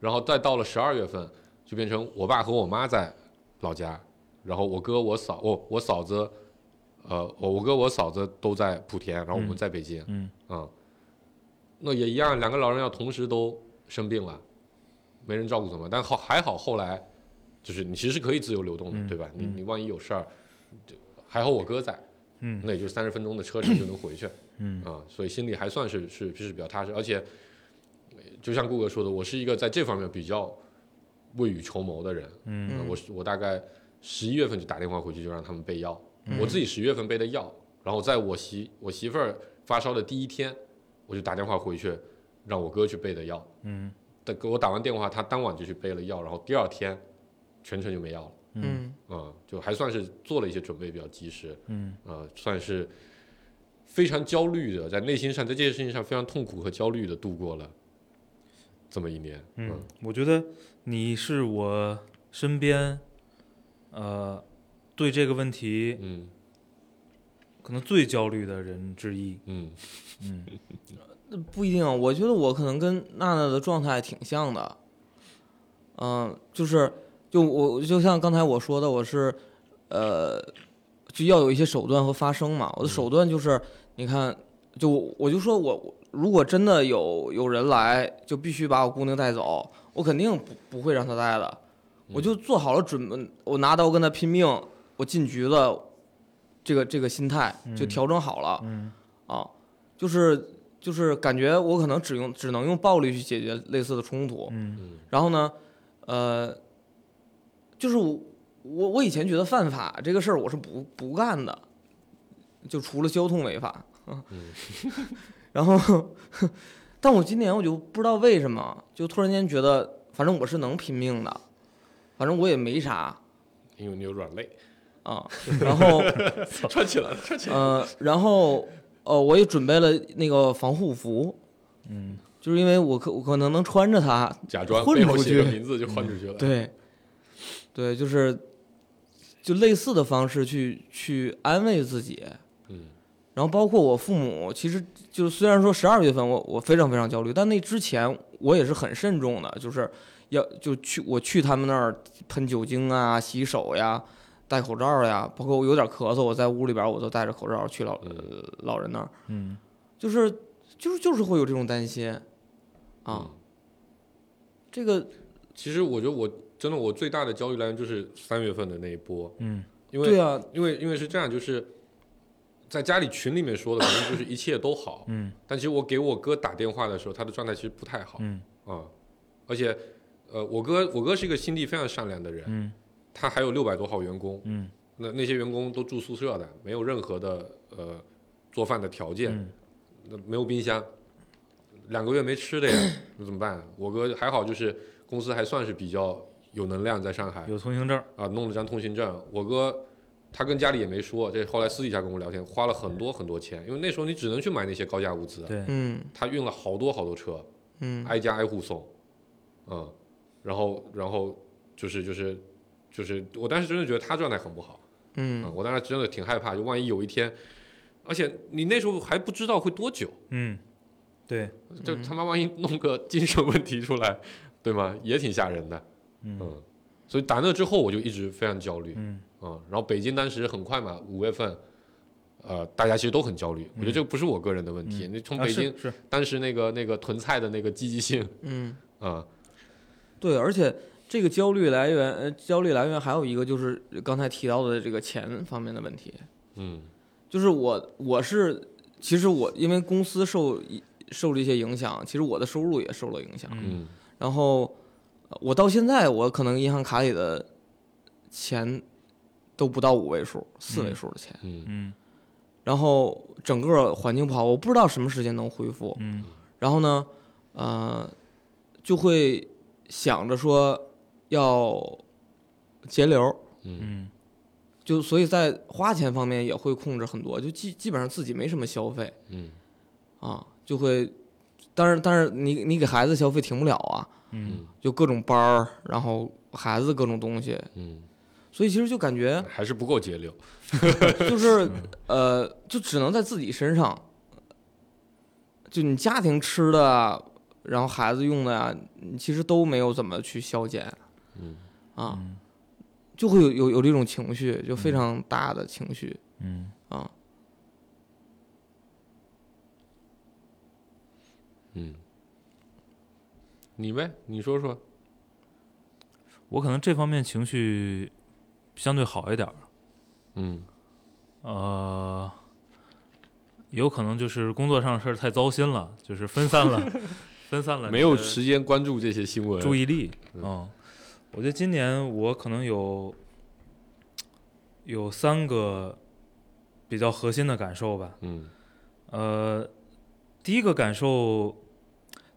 Speaker 5: 然后再到了十二月份，就变成我爸和我妈在老家，然后我哥我嫂我我嫂子，呃我我哥我嫂子都在莆田，然后我们在北京，
Speaker 4: 嗯
Speaker 5: 啊，那也一样，两个老人要同时都生病了，没人照顾怎么办？但好还好后来。就是你其实可以自由流动的，
Speaker 4: 嗯
Speaker 5: 对吧？你
Speaker 4: 嗯
Speaker 5: 你万一有事儿，就还好我哥在，
Speaker 4: 嗯
Speaker 5: 那也就三十分钟的车程就能回去
Speaker 4: 嗯
Speaker 5: 啊，所以心里还算是是是比较踏实。而且，呃就像顾哥说的，我是一个在这方面比较未雨绸缪的人。
Speaker 4: 嗯
Speaker 5: 啊
Speaker 3: 嗯
Speaker 5: 我是我大概十一月份就打电话回去，就让他们备药。
Speaker 4: 嗯
Speaker 5: 我自己十月份备的药，然后在我媳我媳妇儿发烧的第一天，我就打电话回去，让我哥去备的药。
Speaker 4: 嗯
Speaker 5: 但给我打完电话，他当晚就去备了药，然后第二天全程就没药了。
Speaker 3: 嗯
Speaker 5: 啊、就还算是做了一些准备，比较及时，
Speaker 4: 嗯
Speaker 5: 呃，算是非常焦虑的，在内心上，在这些事情上非常痛苦和焦虑的度过了这么一年。
Speaker 4: 嗯，我觉得你是我身边，呃，对这个问题
Speaker 5: 嗯
Speaker 4: 可能最焦虑的人之一。
Speaker 5: 嗯
Speaker 4: 嗯
Speaker 3: 那不一定，啊我觉得我可能跟娜娜的状态挺像的。嗯、就是就我就像刚才我说的，我是呃，就要有一些手段和发声嘛。我的手段就是，你看，就我我就说我我如果真的有有人来，就必须把我姑娘带走，我肯定不不会让她带的。
Speaker 4: 嗯
Speaker 3: 我就做好了准备，我拿刀跟她拼命，我进局的这个这个心态就
Speaker 4: 嗯
Speaker 3: 调整好了、
Speaker 4: 嗯
Speaker 3: 啊，就是就是感觉我可能只用只能用暴力去解决类似的冲突。
Speaker 4: 嗯
Speaker 5: 嗯
Speaker 3: 然后呢，呃，就是我我我以前觉得犯法这个事儿我是不不干的，就除了交通违法。
Speaker 5: 嗯
Speaker 3: 然后， 但我今年我就不知道为什么，就突然间觉得，反正我是能拼命的，反正我也没啥
Speaker 5: 因为你有软肋，
Speaker 3: 啊。然后，
Speaker 5: 穿起来了，穿起来了。
Speaker 3: 呃，然后呃，我也准备了那个防护服，
Speaker 4: 嗯
Speaker 3: 就是因为我可我可能能穿着它，
Speaker 5: 假装
Speaker 3: 混
Speaker 5: 背后
Speaker 3: 出
Speaker 5: 写个
Speaker 3: 去
Speaker 5: 名字就混出去了。
Speaker 3: 对，对，就是就类似的方式去去安慰自己。
Speaker 5: 嗯
Speaker 3: 然后包括我父母，其实就是虽然说十二月份我我非常非常焦虑，但那之前我也是很慎重的，就是要就去我去他们那儿喷酒精啊、洗手呀、戴口罩呀，包括我有点咳嗽，我在屋里边我都戴着口罩去老、呃老人那儿，
Speaker 4: 嗯
Speaker 3: 就是就是就是会有这种担心啊，
Speaker 5: 嗯
Speaker 3: 这个
Speaker 5: 其实我觉得我真的我最大的焦虑来源就是三月份的那一波，
Speaker 4: 嗯
Speaker 5: 因为
Speaker 3: 对啊，
Speaker 5: 因为因为是这样，就是在家里群里面说的，可能就是一切都好，
Speaker 4: 嗯
Speaker 5: 但其实我给我哥打电话的时候，他的状态其实不太好
Speaker 4: 嗯
Speaker 5: 啊、而且，呃，我哥我哥是一个心地非常善良的人，
Speaker 4: 嗯
Speaker 5: 他还有六百多号员工，
Speaker 4: 嗯
Speaker 5: 那那些员工都住宿舍的，没有任何的呃做饭的条件，
Speaker 4: 嗯
Speaker 5: 那没有冰箱，两个月没吃的呀，那怎么办？我哥还好，就是公司还算是比较有能量，在上海
Speaker 4: 有通行证儿。
Speaker 5: 啊，弄了张通行证。我哥他跟家里也没说，这后来私底下跟我聊天，花了很多很多钱，因为那时候你只能去买那些高价物资，
Speaker 4: 对，
Speaker 3: 嗯
Speaker 5: 他运了好多好多车，
Speaker 3: 嗯
Speaker 5: 挨家挨户送，嗯，然后然后就是就是就是，我当时真的觉得他状态很不好，
Speaker 3: 嗯
Speaker 5: 嗯，我当时真的挺害怕，就万一有一天，而且你那时候还不知道会多久，
Speaker 4: 嗯，对，
Speaker 5: 就他妈万一弄个精神问题出来，对吗？也挺吓人的，
Speaker 4: 嗯
Speaker 5: 嗯，所以打那之后我就一直非常焦虑，
Speaker 4: 嗯
Speaker 5: 嗯，然后北京当时很快嘛，五月份，呃，大家其实都很焦虑，我觉得这不是我个人的问题，你从
Speaker 4: 嗯啊
Speaker 5: 北
Speaker 4: 是
Speaker 5: 京
Speaker 4: 是，
Speaker 5: 当时那个那个囤菜的那个积极性
Speaker 3: 嗯，
Speaker 5: 啊，
Speaker 3: 对，而且这个焦虑来源，呃，焦虑来源还有一个就是刚才提到的这个钱方面的问题，
Speaker 5: 嗯
Speaker 3: 就是我我是其实我因为公司受一受了一些影响，其实我的收入也受了影响，
Speaker 4: 嗯
Speaker 5: 嗯
Speaker 3: 然后呃我到现在我可能银行卡里的钱都不到五位数，四位
Speaker 4: 嗯
Speaker 3: 数的钱，
Speaker 5: 嗯
Speaker 4: 嗯
Speaker 3: 然后整个环境不好，我不知道什么时间能恢复，
Speaker 4: 嗯
Speaker 3: 然后呢，呃，就会想着说要节流，
Speaker 5: 嗯
Speaker 4: 嗯
Speaker 3: 就所以在花钱方面也会控制很多，就基基本上自己没什么消费
Speaker 5: 嗯
Speaker 3: 啊，就会，但是但是你你给孩子消费停不了啊，
Speaker 4: 嗯
Speaker 5: 嗯
Speaker 3: 就各种班儿，然后孩子各种东西，
Speaker 5: 嗯，
Speaker 3: 所以其实就感觉
Speaker 4: 嗯
Speaker 5: 还是不够节流，
Speaker 3: 就是呃，就只能在自己身上，就你家庭吃的啊，然后孩子用的呀，你其实都没有怎么去消减
Speaker 5: 嗯
Speaker 3: 啊，
Speaker 4: 嗯
Speaker 3: 就会有有有这种情绪，就非常大的情绪
Speaker 4: 嗯，
Speaker 3: 啊。
Speaker 5: 嗯，你呗，你说说，
Speaker 4: 我可能这方面情绪相对好一点儿，
Speaker 5: 嗯
Speaker 4: 呃，有可能就是工作上的事儿太糟心了，就是分散 了，分散了你
Speaker 5: 没有
Speaker 4: 的
Speaker 5: 时间关注这些新闻，
Speaker 4: 注意力。
Speaker 5: 嗯
Speaker 4: 嗯，我觉得今年我可能有有三个比较核心的感受吧。
Speaker 5: 嗯
Speaker 4: 呃，第一个感受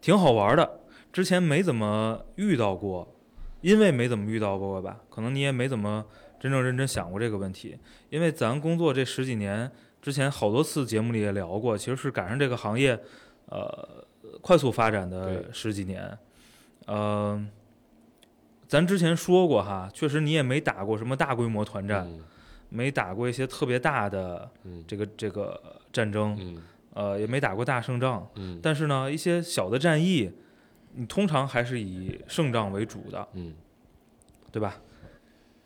Speaker 4: 挺好玩的，之前没怎么遇到过，因为没怎么遇到过吧，可能你也没怎么真正认真想过这个问题。因为咱工作这十几年，之前好多次节目里也聊过，其实是赶上这个行业呃快速发展的
Speaker 5: 对
Speaker 4: 十几年，呃。咱之前说过哈，确实你也没打过什么大规模团战，
Speaker 5: 嗯
Speaker 4: 没打过一些特别大的
Speaker 5: 嗯
Speaker 4: 啊这个这个战争，
Speaker 5: 嗯
Speaker 4: 呃，也没打过大胜仗，
Speaker 5: 嗯
Speaker 4: 但是呢，一些小的战役，你通常还是以胜仗为主的，
Speaker 5: 嗯
Speaker 4: 对吧？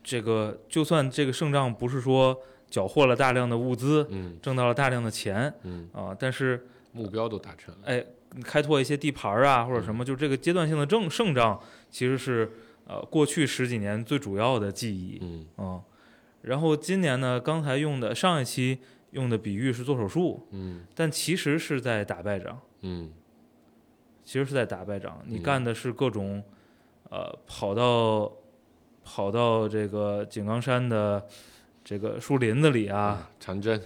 Speaker 4: 这个就算这个胜仗不是说缴获了大量的物资，
Speaker 5: 嗯
Speaker 4: 挣到了大量的钱
Speaker 5: 嗯，
Speaker 4: 啊、但是
Speaker 5: 目标都达成了，
Speaker 4: 哎，开拓一些地盘儿啊，或者什么，就这个阶段性的正胜仗，其实是呃过去十几年最主要的记忆，
Speaker 5: 嗯
Speaker 4: 嗯。然后今年呢，刚才用的上一期用的比喻是做手术，
Speaker 5: 嗯
Speaker 4: 但其实是在打败仗。
Speaker 5: 嗯
Speaker 4: 其实是在打败仗。你
Speaker 5: 嗯
Speaker 4: 干的是各种，呃，跑到跑到这个井冈山的这个树林子里啊，，
Speaker 5: 长征，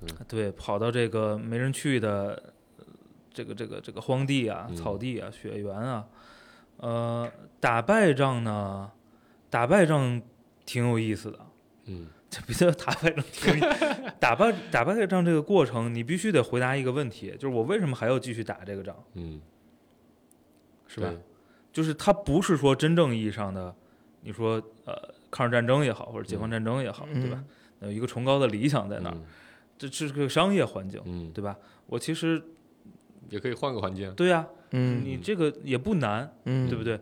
Speaker 5: 嗯
Speaker 4: 对，跑到这个没人去的呃这个这个这个荒地啊、
Speaker 5: 嗯
Speaker 4: 草地啊、雪原啊，呃，打败仗呢，打败仗挺有意思的。
Speaker 5: 嗯
Speaker 4: 这比较打败仗挺有意思， 打败打败仗这个过程，你必须得回答一个问题，就是我为什么还要继续打这个仗，
Speaker 5: 嗯，
Speaker 4: 是吧？就是它不是说真正意义上的，你说呃抗日战争也好，或者解放战争也好，对吧？有一个崇高的理想在
Speaker 5: 对？
Speaker 4: 那儿，
Speaker 5: 嗯
Speaker 4: 这这是个商业环境，
Speaker 5: 嗯，
Speaker 4: 对吧？我其实
Speaker 5: 也可以换个环境，啊
Speaker 4: 对呀、
Speaker 3: 嗯？
Speaker 4: 你这个也不难，
Speaker 3: 嗯
Speaker 4: 对
Speaker 3: 嗯
Speaker 4: 不对？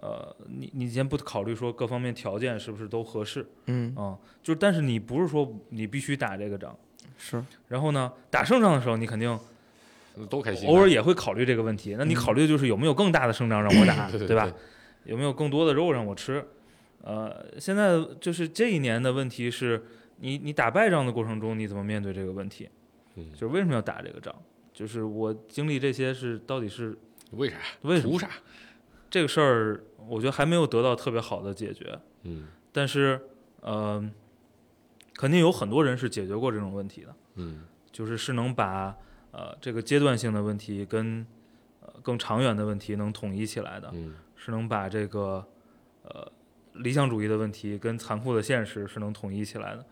Speaker 4: 呃，你你先不考虑说各方面条件是不是都合适
Speaker 3: 嗯，
Speaker 4: 啊、就是但是你不是说你必须打这个仗，
Speaker 3: 是
Speaker 4: 然后呢，打胜仗的时候你肯定
Speaker 5: 都开心啊，
Speaker 4: 偶尔也会考虑这个问题，那
Speaker 3: 嗯
Speaker 4: 你考虑的就是有没有更大的胜仗让我打，
Speaker 5: 对
Speaker 4: 啊对吧？？有没有更多的肉让我吃？呃，现在就是这一年的问题是你你打败仗的过程中，你怎么面对这个问题？
Speaker 5: 嗯
Speaker 4: 就是为什么要打这个仗？就是我经历这些是到底是
Speaker 5: 为啥？
Speaker 4: 为什么
Speaker 5: 图啥？
Speaker 4: 这个事儿？我觉得还没有得到特别好的解决，
Speaker 5: 嗯
Speaker 4: 但是呃，肯定有很多人是解决过这种问题的，
Speaker 5: 嗯
Speaker 4: 就是是能把呃这个阶段性的问题跟呃更长远的问题能统一起来的。
Speaker 5: 嗯
Speaker 4: 是能把这个呃理想主义的问题跟残酷的现实是能统一起来的。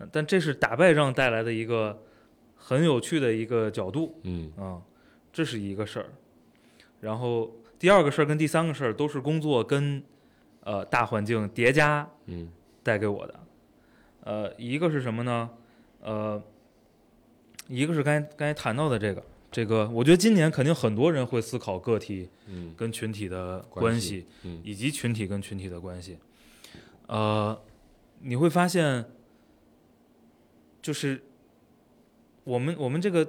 Speaker 4: 嗯但这是打败仗带来的一个很有趣的一个角度
Speaker 5: 嗯
Speaker 4: 啊、这是一个事儿。然后第二个事儿跟第三个事儿都是工作跟呃大环境叠加
Speaker 5: 嗯
Speaker 4: 带给我的。呃，一个是什么呢？呃，一个是刚才刚才谈到的这个，这个我觉得今年肯定很多人会思考个体
Speaker 5: 嗯
Speaker 4: 跟群体的
Speaker 5: 关
Speaker 4: 关
Speaker 5: 系
Speaker 4: 系，
Speaker 5: 嗯
Speaker 4: 以及群体跟群体的关系。呃，你会发现，就是我们我们这个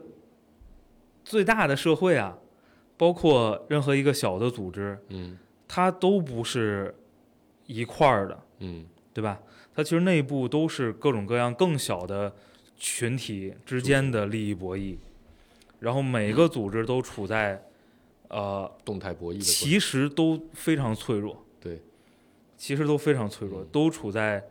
Speaker 4: 最大的社会啊，包括任何一个小的组织，
Speaker 5: 嗯
Speaker 4: 它都不是一块儿的，
Speaker 5: 嗯，
Speaker 4: 对吧？它其实内部都是各种各样更小的群体之间的利益博弈，然后每个组织都处在、呃
Speaker 5: 动态博弈的过程
Speaker 4: 其实都非常脆弱，
Speaker 5: 对，
Speaker 4: 其实都非常脆弱，
Speaker 5: 嗯哎
Speaker 4: 都处在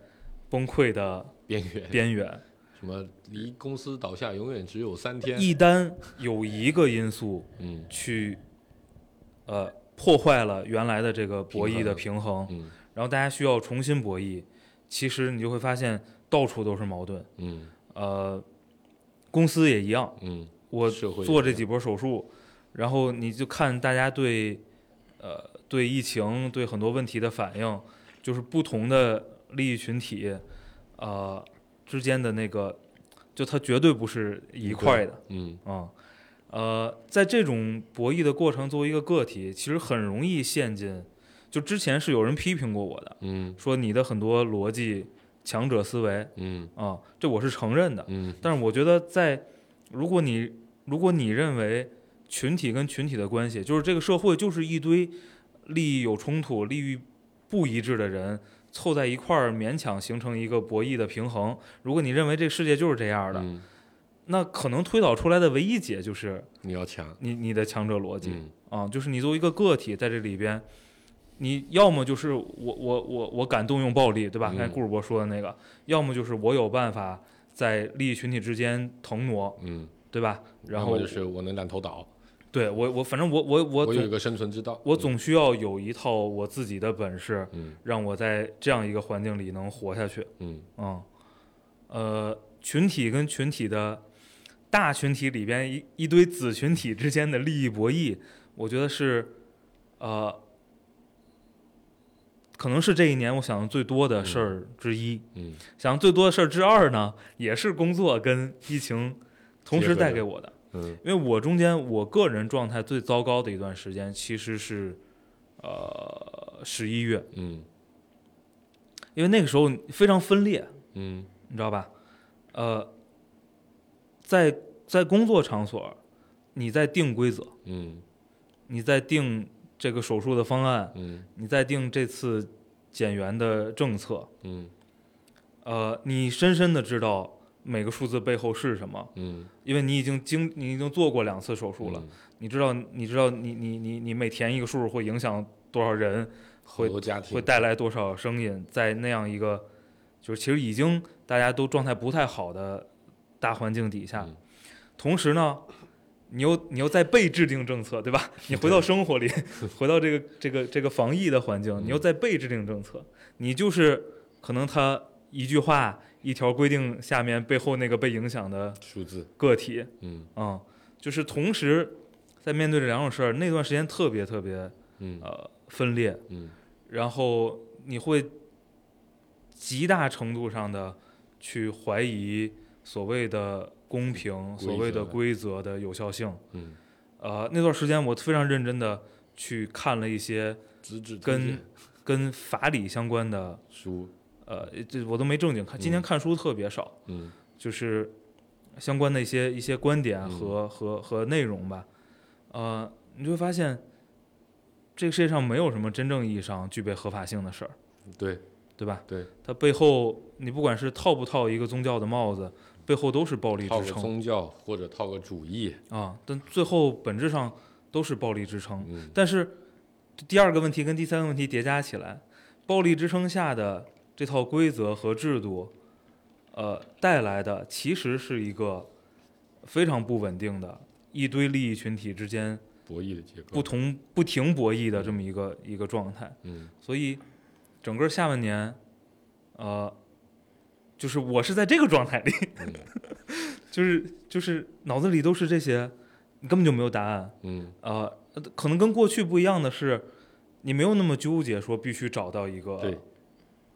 Speaker 4: 崩溃的
Speaker 5: 边缘
Speaker 4: 边缘。
Speaker 5: 什么离公司倒下永远只有三天，
Speaker 4: 一旦有一个因素
Speaker 5: 嗯
Speaker 4: 去，呃，破坏了原来的这个博弈的平衡，
Speaker 5: 嗯
Speaker 4: 然后大家需要重新博弈，其实你就会发现到处都是矛盾。
Speaker 5: 嗯
Speaker 4: 呃，公司也一样，
Speaker 5: 嗯
Speaker 4: 我
Speaker 5: 社会
Speaker 4: 做
Speaker 5: 也
Speaker 4: 这
Speaker 5: 一
Speaker 4: 几波手术，然后你就看大家对，呃，对疫情、对很多问题的反应，就是不同的利益群体，呃，之间的那个，就它绝对不是一块儿的
Speaker 5: 嗯
Speaker 4: 啊、呃，在这种博弈的过程，作为一个个体，其实很容易陷进，就之前是有人批评过我的，
Speaker 5: 嗯
Speaker 4: 说你的很多逻辑强者思维
Speaker 5: 嗯
Speaker 4: 啊、这我是承认的。
Speaker 5: 嗯
Speaker 4: 但是我觉得在，如果你如果你认为群体跟群体的关系，就是这个社会就是一堆利益有冲突、利益不一致的人凑在一块儿，勉强形成一个博弈的平衡。如果你认为这个世界就是这样的，
Speaker 5: 嗯，
Speaker 4: 那可能推导出来的唯一解就是
Speaker 5: 你要强，
Speaker 4: 你你的强者逻辑、
Speaker 5: 嗯
Speaker 4: 啊，就是你作为一个个体在这里边。你要么就是我我我我敢动用暴力，对吧？
Speaker 5: 嗯
Speaker 4: 刚才顾主播说的那个，要么就是我有办法在利益群体之间腾挪，
Speaker 5: 嗯，
Speaker 4: 对吧？然
Speaker 5: 要
Speaker 4: 后
Speaker 5: 么就是我能两头倒，
Speaker 4: 对我我反正我我我
Speaker 5: 我有一嗯
Speaker 4: 总
Speaker 5: 个生存之道，
Speaker 4: 我总需要有一套我自己的本事，
Speaker 5: 嗯
Speaker 4: 让我在这样一个环境里能活下去。
Speaker 5: 嗯
Speaker 4: 嗯，呃，群体跟群体的大群体里边一一堆子群体之间的利益博弈，我觉得是呃，可能是这一年我想的最多的事儿之一。
Speaker 5: 嗯
Speaker 4: 想最多的事儿之二呢，也是工作跟疫情同
Speaker 5: 结
Speaker 4: 时
Speaker 5: 合
Speaker 4: 带
Speaker 5: 着
Speaker 4: 给我的。
Speaker 5: 嗯
Speaker 4: 因为我中间我个人状态最糟糕的一段时间其实是，呃，十一月，
Speaker 5: 嗯
Speaker 4: 因为那个时候非常分裂，
Speaker 5: 嗯
Speaker 4: 你知道吧？呃，在在工作场所，你在定规则，
Speaker 5: 嗯
Speaker 4: 你在定这个手术的方案，
Speaker 5: 嗯
Speaker 4: 你在定这次减员的政策，
Speaker 5: 嗯
Speaker 4: 呃，你深深的知道每个数字背后是什么，
Speaker 5: 嗯，
Speaker 4: 因为你已经经你已经做过两次手术了。你知道，你知道你，你你你每填一个数会影响多少人，
Speaker 5: 很
Speaker 4: 会
Speaker 5: 多家庭
Speaker 4: 会带来多少声音，在那样一个就是其实已经大家都状态不太好的大环境底下，
Speaker 5: 嗯
Speaker 4: 同时呢，你又你又在被制定政策，对吧？ 你回到生 活里，回到这个这个这个防疫的环境，
Speaker 5: 嗯
Speaker 4: 你又在被制定政策，你就是可能他一句话、一条规定下面背后那个被影响的
Speaker 5: 数字，
Speaker 4: 个体，
Speaker 5: 嗯
Speaker 4: 嗯，就是同时在面对这两种事儿，那段时间特别特别
Speaker 5: 嗯
Speaker 4: 呃分裂，
Speaker 5: 嗯
Speaker 4: 然后你会极大程度上的去怀疑所谓的公平、
Speaker 5: 规
Speaker 4: 所谓的
Speaker 5: 则
Speaker 4: 规则的有效性。
Speaker 5: 嗯，
Speaker 4: 呃，那段时间我非常认真的去看了一些
Speaker 5: 资质
Speaker 4: 跟跟法理相关的，
Speaker 5: 书，
Speaker 4: 呃，这我都没正经看，今
Speaker 5: 嗯
Speaker 4: 天看书特别少。
Speaker 5: 嗯
Speaker 4: 就是相关的一些一些观点
Speaker 5: 嗯
Speaker 4: 和、和和内容吧。呃，你就会发现，这个世界上没有什么真正意义上具备合法性的事儿，
Speaker 5: 对
Speaker 4: 对吧？
Speaker 5: 对，
Speaker 4: 它背后你不管是套不套一个宗教的帽子，背后都是暴力
Speaker 5: 套
Speaker 4: 支
Speaker 5: 个
Speaker 4: 撑
Speaker 5: 宗教或者套个主义，
Speaker 4: 啊，但最后本质上都是暴力支撑。
Speaker 5: 嗯
Speaker 4: 但是第二个问题跟第三个问题叠加起来，暴力支撑下的这套规则和制度，呃，带来的其实是一个非常不稳定的一堆利益群体之间
Speaker 5: 博弈的结构，
Speaker 4: 不同不停博弈的这么一个一个状态。
Speaker 5: 嗯
Speaker 4: 所以整个下半年，呃，就是我是在这个状态里，
Speaker 5: 嗯
Speaker 4: 就是就是脑子里都是这些，你根本就没有答案。
Speaker 5: 嗯
Speaker 4: 呃，可能跟过去不一样的是，你没有那么纠结，说必须找到一个
Speaker 5: 对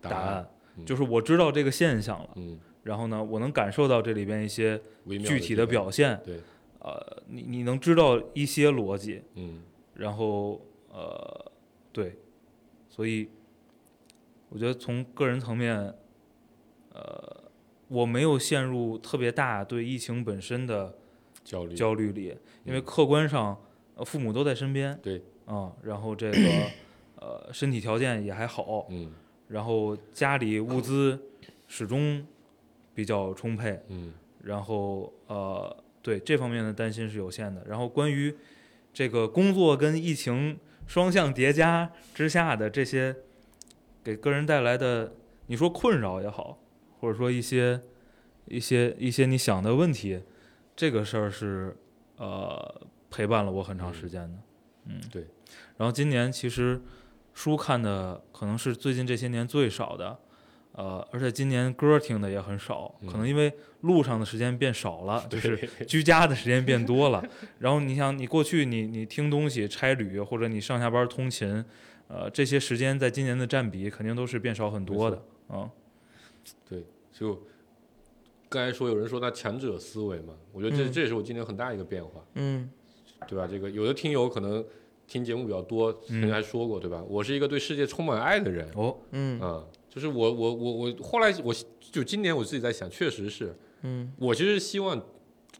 Speaker 4: 答
Speaker 5: 答案，嗯
Speaker 4: 就是我知道这个现象了，
Speaker 5: 嗯，
Speaker 4: 然后呢，我能感受到这里边一些
Speaker 5: 微妙
Speaker 4: 具体的
Speaker 5: 地方，
Speaker 4: 表现，
Speaker 5: 对，
Speaker 4: 呃，你你能知道一些逻辑，
Speaker 5: 嗯
Speaker 4: 然后呃，对，所以我觉得从个人层面，呃，我没有陷入特别大对疫情本身的
Speaker 5: 焦虑，
Speaker 4: 焦虑里，因为
Speaker 5: 嗯
Speaker 4: 客观上，呃，父母都在身边，
Speaker 5: 对，
Speaker 4: 啊、然后这个呃身体条件也还好，
Speaker 5: 嗯
Speaker 4: 然后家里物资始终比较充沛，
Speaker 5: 嗯
Speaker 4: 然后呃对这方面的担心是有限的。然后关于这个工作跟疫情双向叠加之下的这些给个人带来的，你说困扰也好，或者说一些一些一些你想的问题，这个事儿是呃陪伴了我很长时间的。嗯，
Speaker 5: 对。
Speaker 4: 然后今年其实书看的可能是最近这些年最少的，呃，而且今年歌听的也很少，可能因为路上的时间变少 了，就是居家的时间变多了。 然后你想，你过去你你听东西、差旅或者你上下班通勤，呃，这些时间在今年的占比肯定都是变少很多的。嗯，
Speaker 5: 就刚才说有人说那强者思维嘛，我觉得这
Speaker 3: 嗯
Speaker 5: 这也是我今年很大一个变化，
Speaker 3: 嗯
Speaker 5: 对吧？这个有的听友可能听节目比较多，
Speaker 4: 嗯
Speaker 5: 曾经还说过，对吧？我是一个对世界充满爱的人，
Speaker 4: 哦，
Speaker 3: 嗯
Speaker 5: 嗯，就是我我我我后来我就今年我自己在想，确实是
Speaker 3: 嗯
Speaker 5: 我其实希望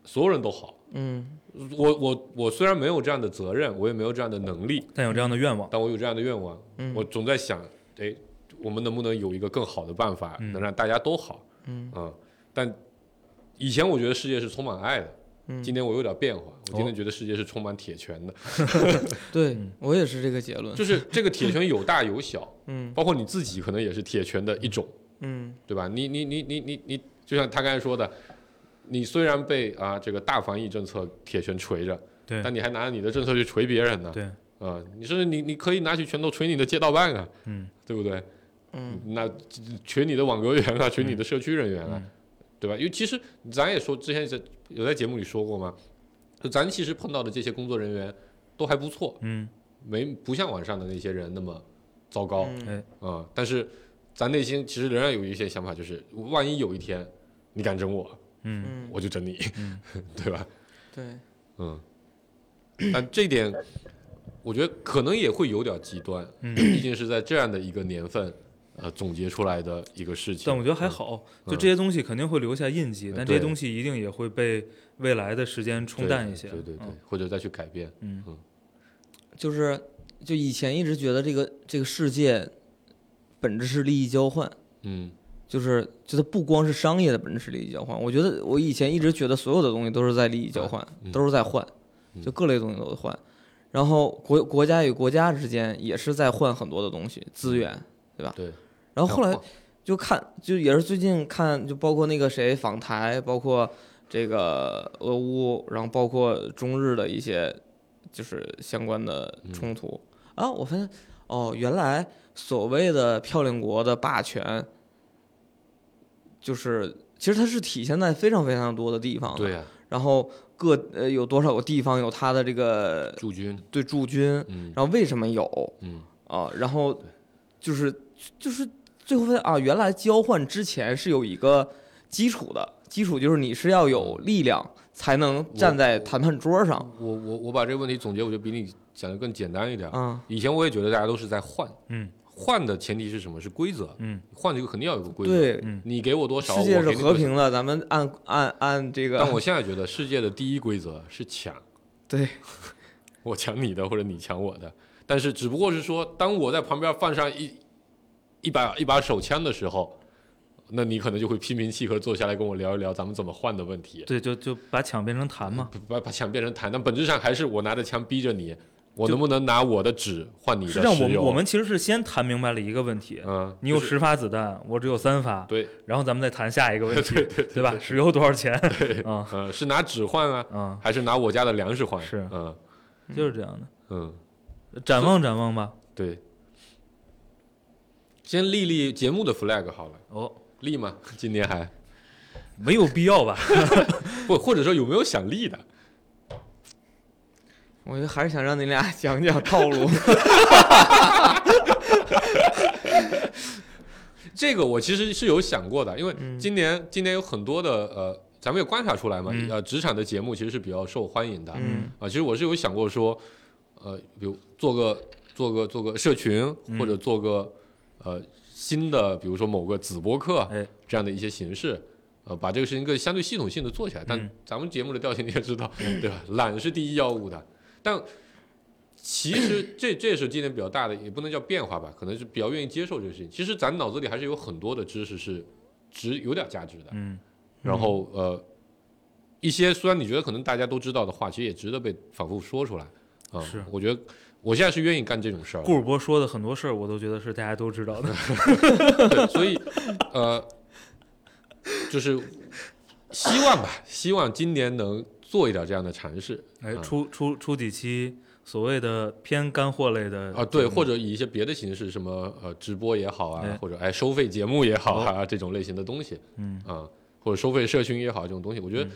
Speaker 5: 所有人都好。
Speaker 3: 嗯
Speaker 5: 我我我虽然没有这样的责任，我也没有这样的能力，
Speaker 4: 但有这样的愿望，
Speaker 5: 但我有这样的愿望，
Speaker 3: 嗯
Speaker 5: 我总在想，哎，我们能不能有一个更好的办法，
Speaker 4: 嗯
Speaker 5: 能让大家都好？啊
Speaker 3: 嗯
Speaker 5: 但以前我觉得世界是充满爱的，
Speaker 3: 嗯
Speaker 5: 今，天我有点变化，我
Speaker 4: 哦
Speaker 5: 今天觉得世界是充满铁拳的，
Speaker 3: 对
Speaker 4: 嗯
Speaker 3: 我也是这个结论。
Speaker 5: 就是这个铁拳有大有小，
Speaker 3: 嗯
Speaker 5: 包括你自己可能也是铁拳的一种。
Speaker 3: 嗯
Speaker 5: 对吧？你你你你你你，就像他刚才说的，你虽然被啊这个大防疫政策铁拳锤着，
Speaker 4: 对
Speaker 5: 但你还拿着你的政策去锤别人呢。
Speaker 4: 对，
Speaker 5: 啊、你甚至你你可以拿起拳头锤你的街道办啊，
Speaker 4: 嗯，
Speaker 5: 对不对？
Speaker 3: 嗯
Speaker 5: 那锤你的网格员啊，锤你的社区人员啊，对吧？因为其实咱也说之前在有在节目里说过嘛，就咱其实碰到的这些工作人员都还不错，
Speaker 4: 嗯，
Speaker 5: 没不像网上的那些人那么糟糕。
Speaker 3: 嗯
Speaker 4: 哎，
Speaker 5: 啊、但是咱内心其实仍然有一些想法，就是万一有一天你敢整我，
Speaker 4: 嗯，
Speaker 3: 嗯，
Speaker 5: 我就整你，
Speaker 4: 嗯
Speaker 5: 对吧？
Speaker 3: 对，
Speaker 5: 嗯，但这点我觉得可能也会有点极端，
Speaker 4: 嗯
Speaker 5: 毕竟是在这样的一个年份，呃，总结出来的一个事情。
Speaker 4: 但我觉得还好，
Speaker 5: 嗯哎
Speaker 4: 就这些东西肯定会留下印记，但这些东西一定也会被未来的时间
Speaker 5: 对
Speaker 4: 冲淡一些。
Speaker 5: 对对对，
Speaker 4: 嗯
Speaker 5: 或者再去改变，
Speaker 4: 嗯
Speaker 3: 就是就以前一直觉得这个这个世界本质是利益交换，
Speaker 5: 嗯
Speaker 3: 就是就它不光是商业的本质是利益交换。我觉得我以前一直觉得所有的东西都是在利益交换，
Speaker 5: 嗯
Speaker 3: 都是在换，
Speaker 5: 嗯
Speaker 3: 就各类东西都在换。然后国国家与国家之间也是在换很多的东西资源，对吧？
Speaker 5: 对。
Speaker 3: 然后后来就看，就也是最近看，就包括那个谁访台，包括这个俄乌，然后包括中日的一些就是相关的
Speaker 5: 嗯
Speaker 3: 冲突、啊，我发现哦，原来所谓的漂亮国的霸权，就是其实它是体现在非常非常多的地方的，
Speaker 5: 对啊呀、
Speaker 3: 然后各呃有多少个地方有它的这个
Speaker 5: 驻军，
Speaker 3: 对驻军，
Speaker 5: 嗯
Speaker 3: 然后为什么有，
Speaker 5: 嗯，
Speaker 3: 啊，然后就是就是最后发现啊，原来交换之前是有一个基础的，基础就是你是要有力量才能站在谈判桌上
Speaker 5: 我我我把这个问题总结，我觉得比你讲的更简单一点。
Speaker 3: 啊，
Speaker 5: 以前我也觉得大家都是在换，
Speaker 4: 嗯
Speaker 5: 换的前提是什么？是规则，
Speaker 4: 嗯，
Speaker 5: 换这个肯定要有个规则。
Speaker 3: 对，
Speaker 4: 嗯
Speaker 5: 你给我多少，
Speaker 3: 世界
Speaker 5: 我
Speaker 3: 是
Speaker 5: 给你
Speaker 3: 和
Speaker 5: 多少。
Speaker 3: 平的，咱们按按按这
Speaker 5: 但我
Speaker 3: 个，
Speaker 5: 现在觉得世界的第一规则是抢，
Speaker 3: 对，
Speaker 5: 我抢你的或者你抢我的，但是只不过是说，当我在旁边放上一一把一把手枪的时候，那你可能就会心平气和坐下来跟我聊一聊咱们怎么换的问题，
Speaker 4: 对，就就把抢变成谈嘛。
Speaker 5: 把把抢变成谈，但本质上还是我拿着枪逼着你，我能不能拿我的纸换你的
Speaker 4: 实际上，我
Speaker 5: 石
Speaker 4: 们
Speaker 5: 油？
Speaker 4: 我们其实是先谈明白了一个问题，
Speaker 5: 嗯，
Speaker 4: 你有
Speaker 5: 就是
Speaker 4: 十发子弹，我只有三发，
Speaker 5: 对，
Speaker 4: 然后咱们再谈下一个问题， 对吧？石油多少钱？ 啊
Speaker 5: 嗯，是拿纸换啊，
Speaker 4: 啊，
Speaker 5: 还是拿我家的粮食换？
Speaker 4: 是
Speaker 5: 嗯
Speaker 4: 就是这样的。
Speaker 5: 嗯。
Speaker 4: 展望展望吧。
Speaker 5: 对，先立立节目的 flag 好了。
Speaker 4: 哦，
Speaker 5: 立吗？ 今年还
Speaker 4: 没有必要吧？
Speaker 5: 不，或者说有没有想立的？
Speaker 3: 我觉得还是想让你俩 讲讲套路。
Speaker 5: 这个我其实是有想过的，因为
Speaker 3: 嗯
Speaker 5: 今年、今年有很多的呃，咱们也观察出来嘛，
Speaker 4: 嗯
Speaker 5: 呃，职场的节目其实是比较受欢迎的。
Speaker 3: 嗯
Speaker 5: 啊，其实我是有想过说，呃，比如做个做个做个社群，
Speaker 4: 嗯
Speaker 5: 或者做个呃新的，比如说某个子播客
Speaker 4: 哎
Speaker 5: 这样的一些形式，呃，把这个事情更相对系统性的做起来。但
Speaker 4: 嗯
Speaker 5: 咱们节目的调性你也知道， 对吧？懒是第一要务的，但。其实这这也是今年比较大的，也不能叫变化吧，可能是比较愿意接受这个事情。其实咱脑子里还是有很多的知识是值有点价值的，
Speaker 4: 嗯
Speaker 5: 然后呃，一些虽然你觉得可能大家都知道的话，其实也值得被反复说出来啊、
Speaker 4: 是
Speaker 5: 我觉得我现在是愿意干这种事儿的，
Speaker 4: 顾尔博说的很多事儿，我都觉得是大家都知道的。
Speaker 5: 对，所以呃，就是希望吧，希望今年能做一点这样的尝试
Speaker 4: 哎，
Speaker 5: 啊
Speaker 4: 出出出几期所谓的偏干货类的
Speaker 5: 啊，对，
Speaker 4: 节目
Speaker 5: 或者以一些别的形式，什么呃直播也好啊，
Speaker 4: 嗯哎哦
Speaker 5: 或者哎收费节目也好啊，这种类型的东西
Speaker 4: 嗯
Speaker 5: 啊、或者收费社群也好，这种东西，我觉得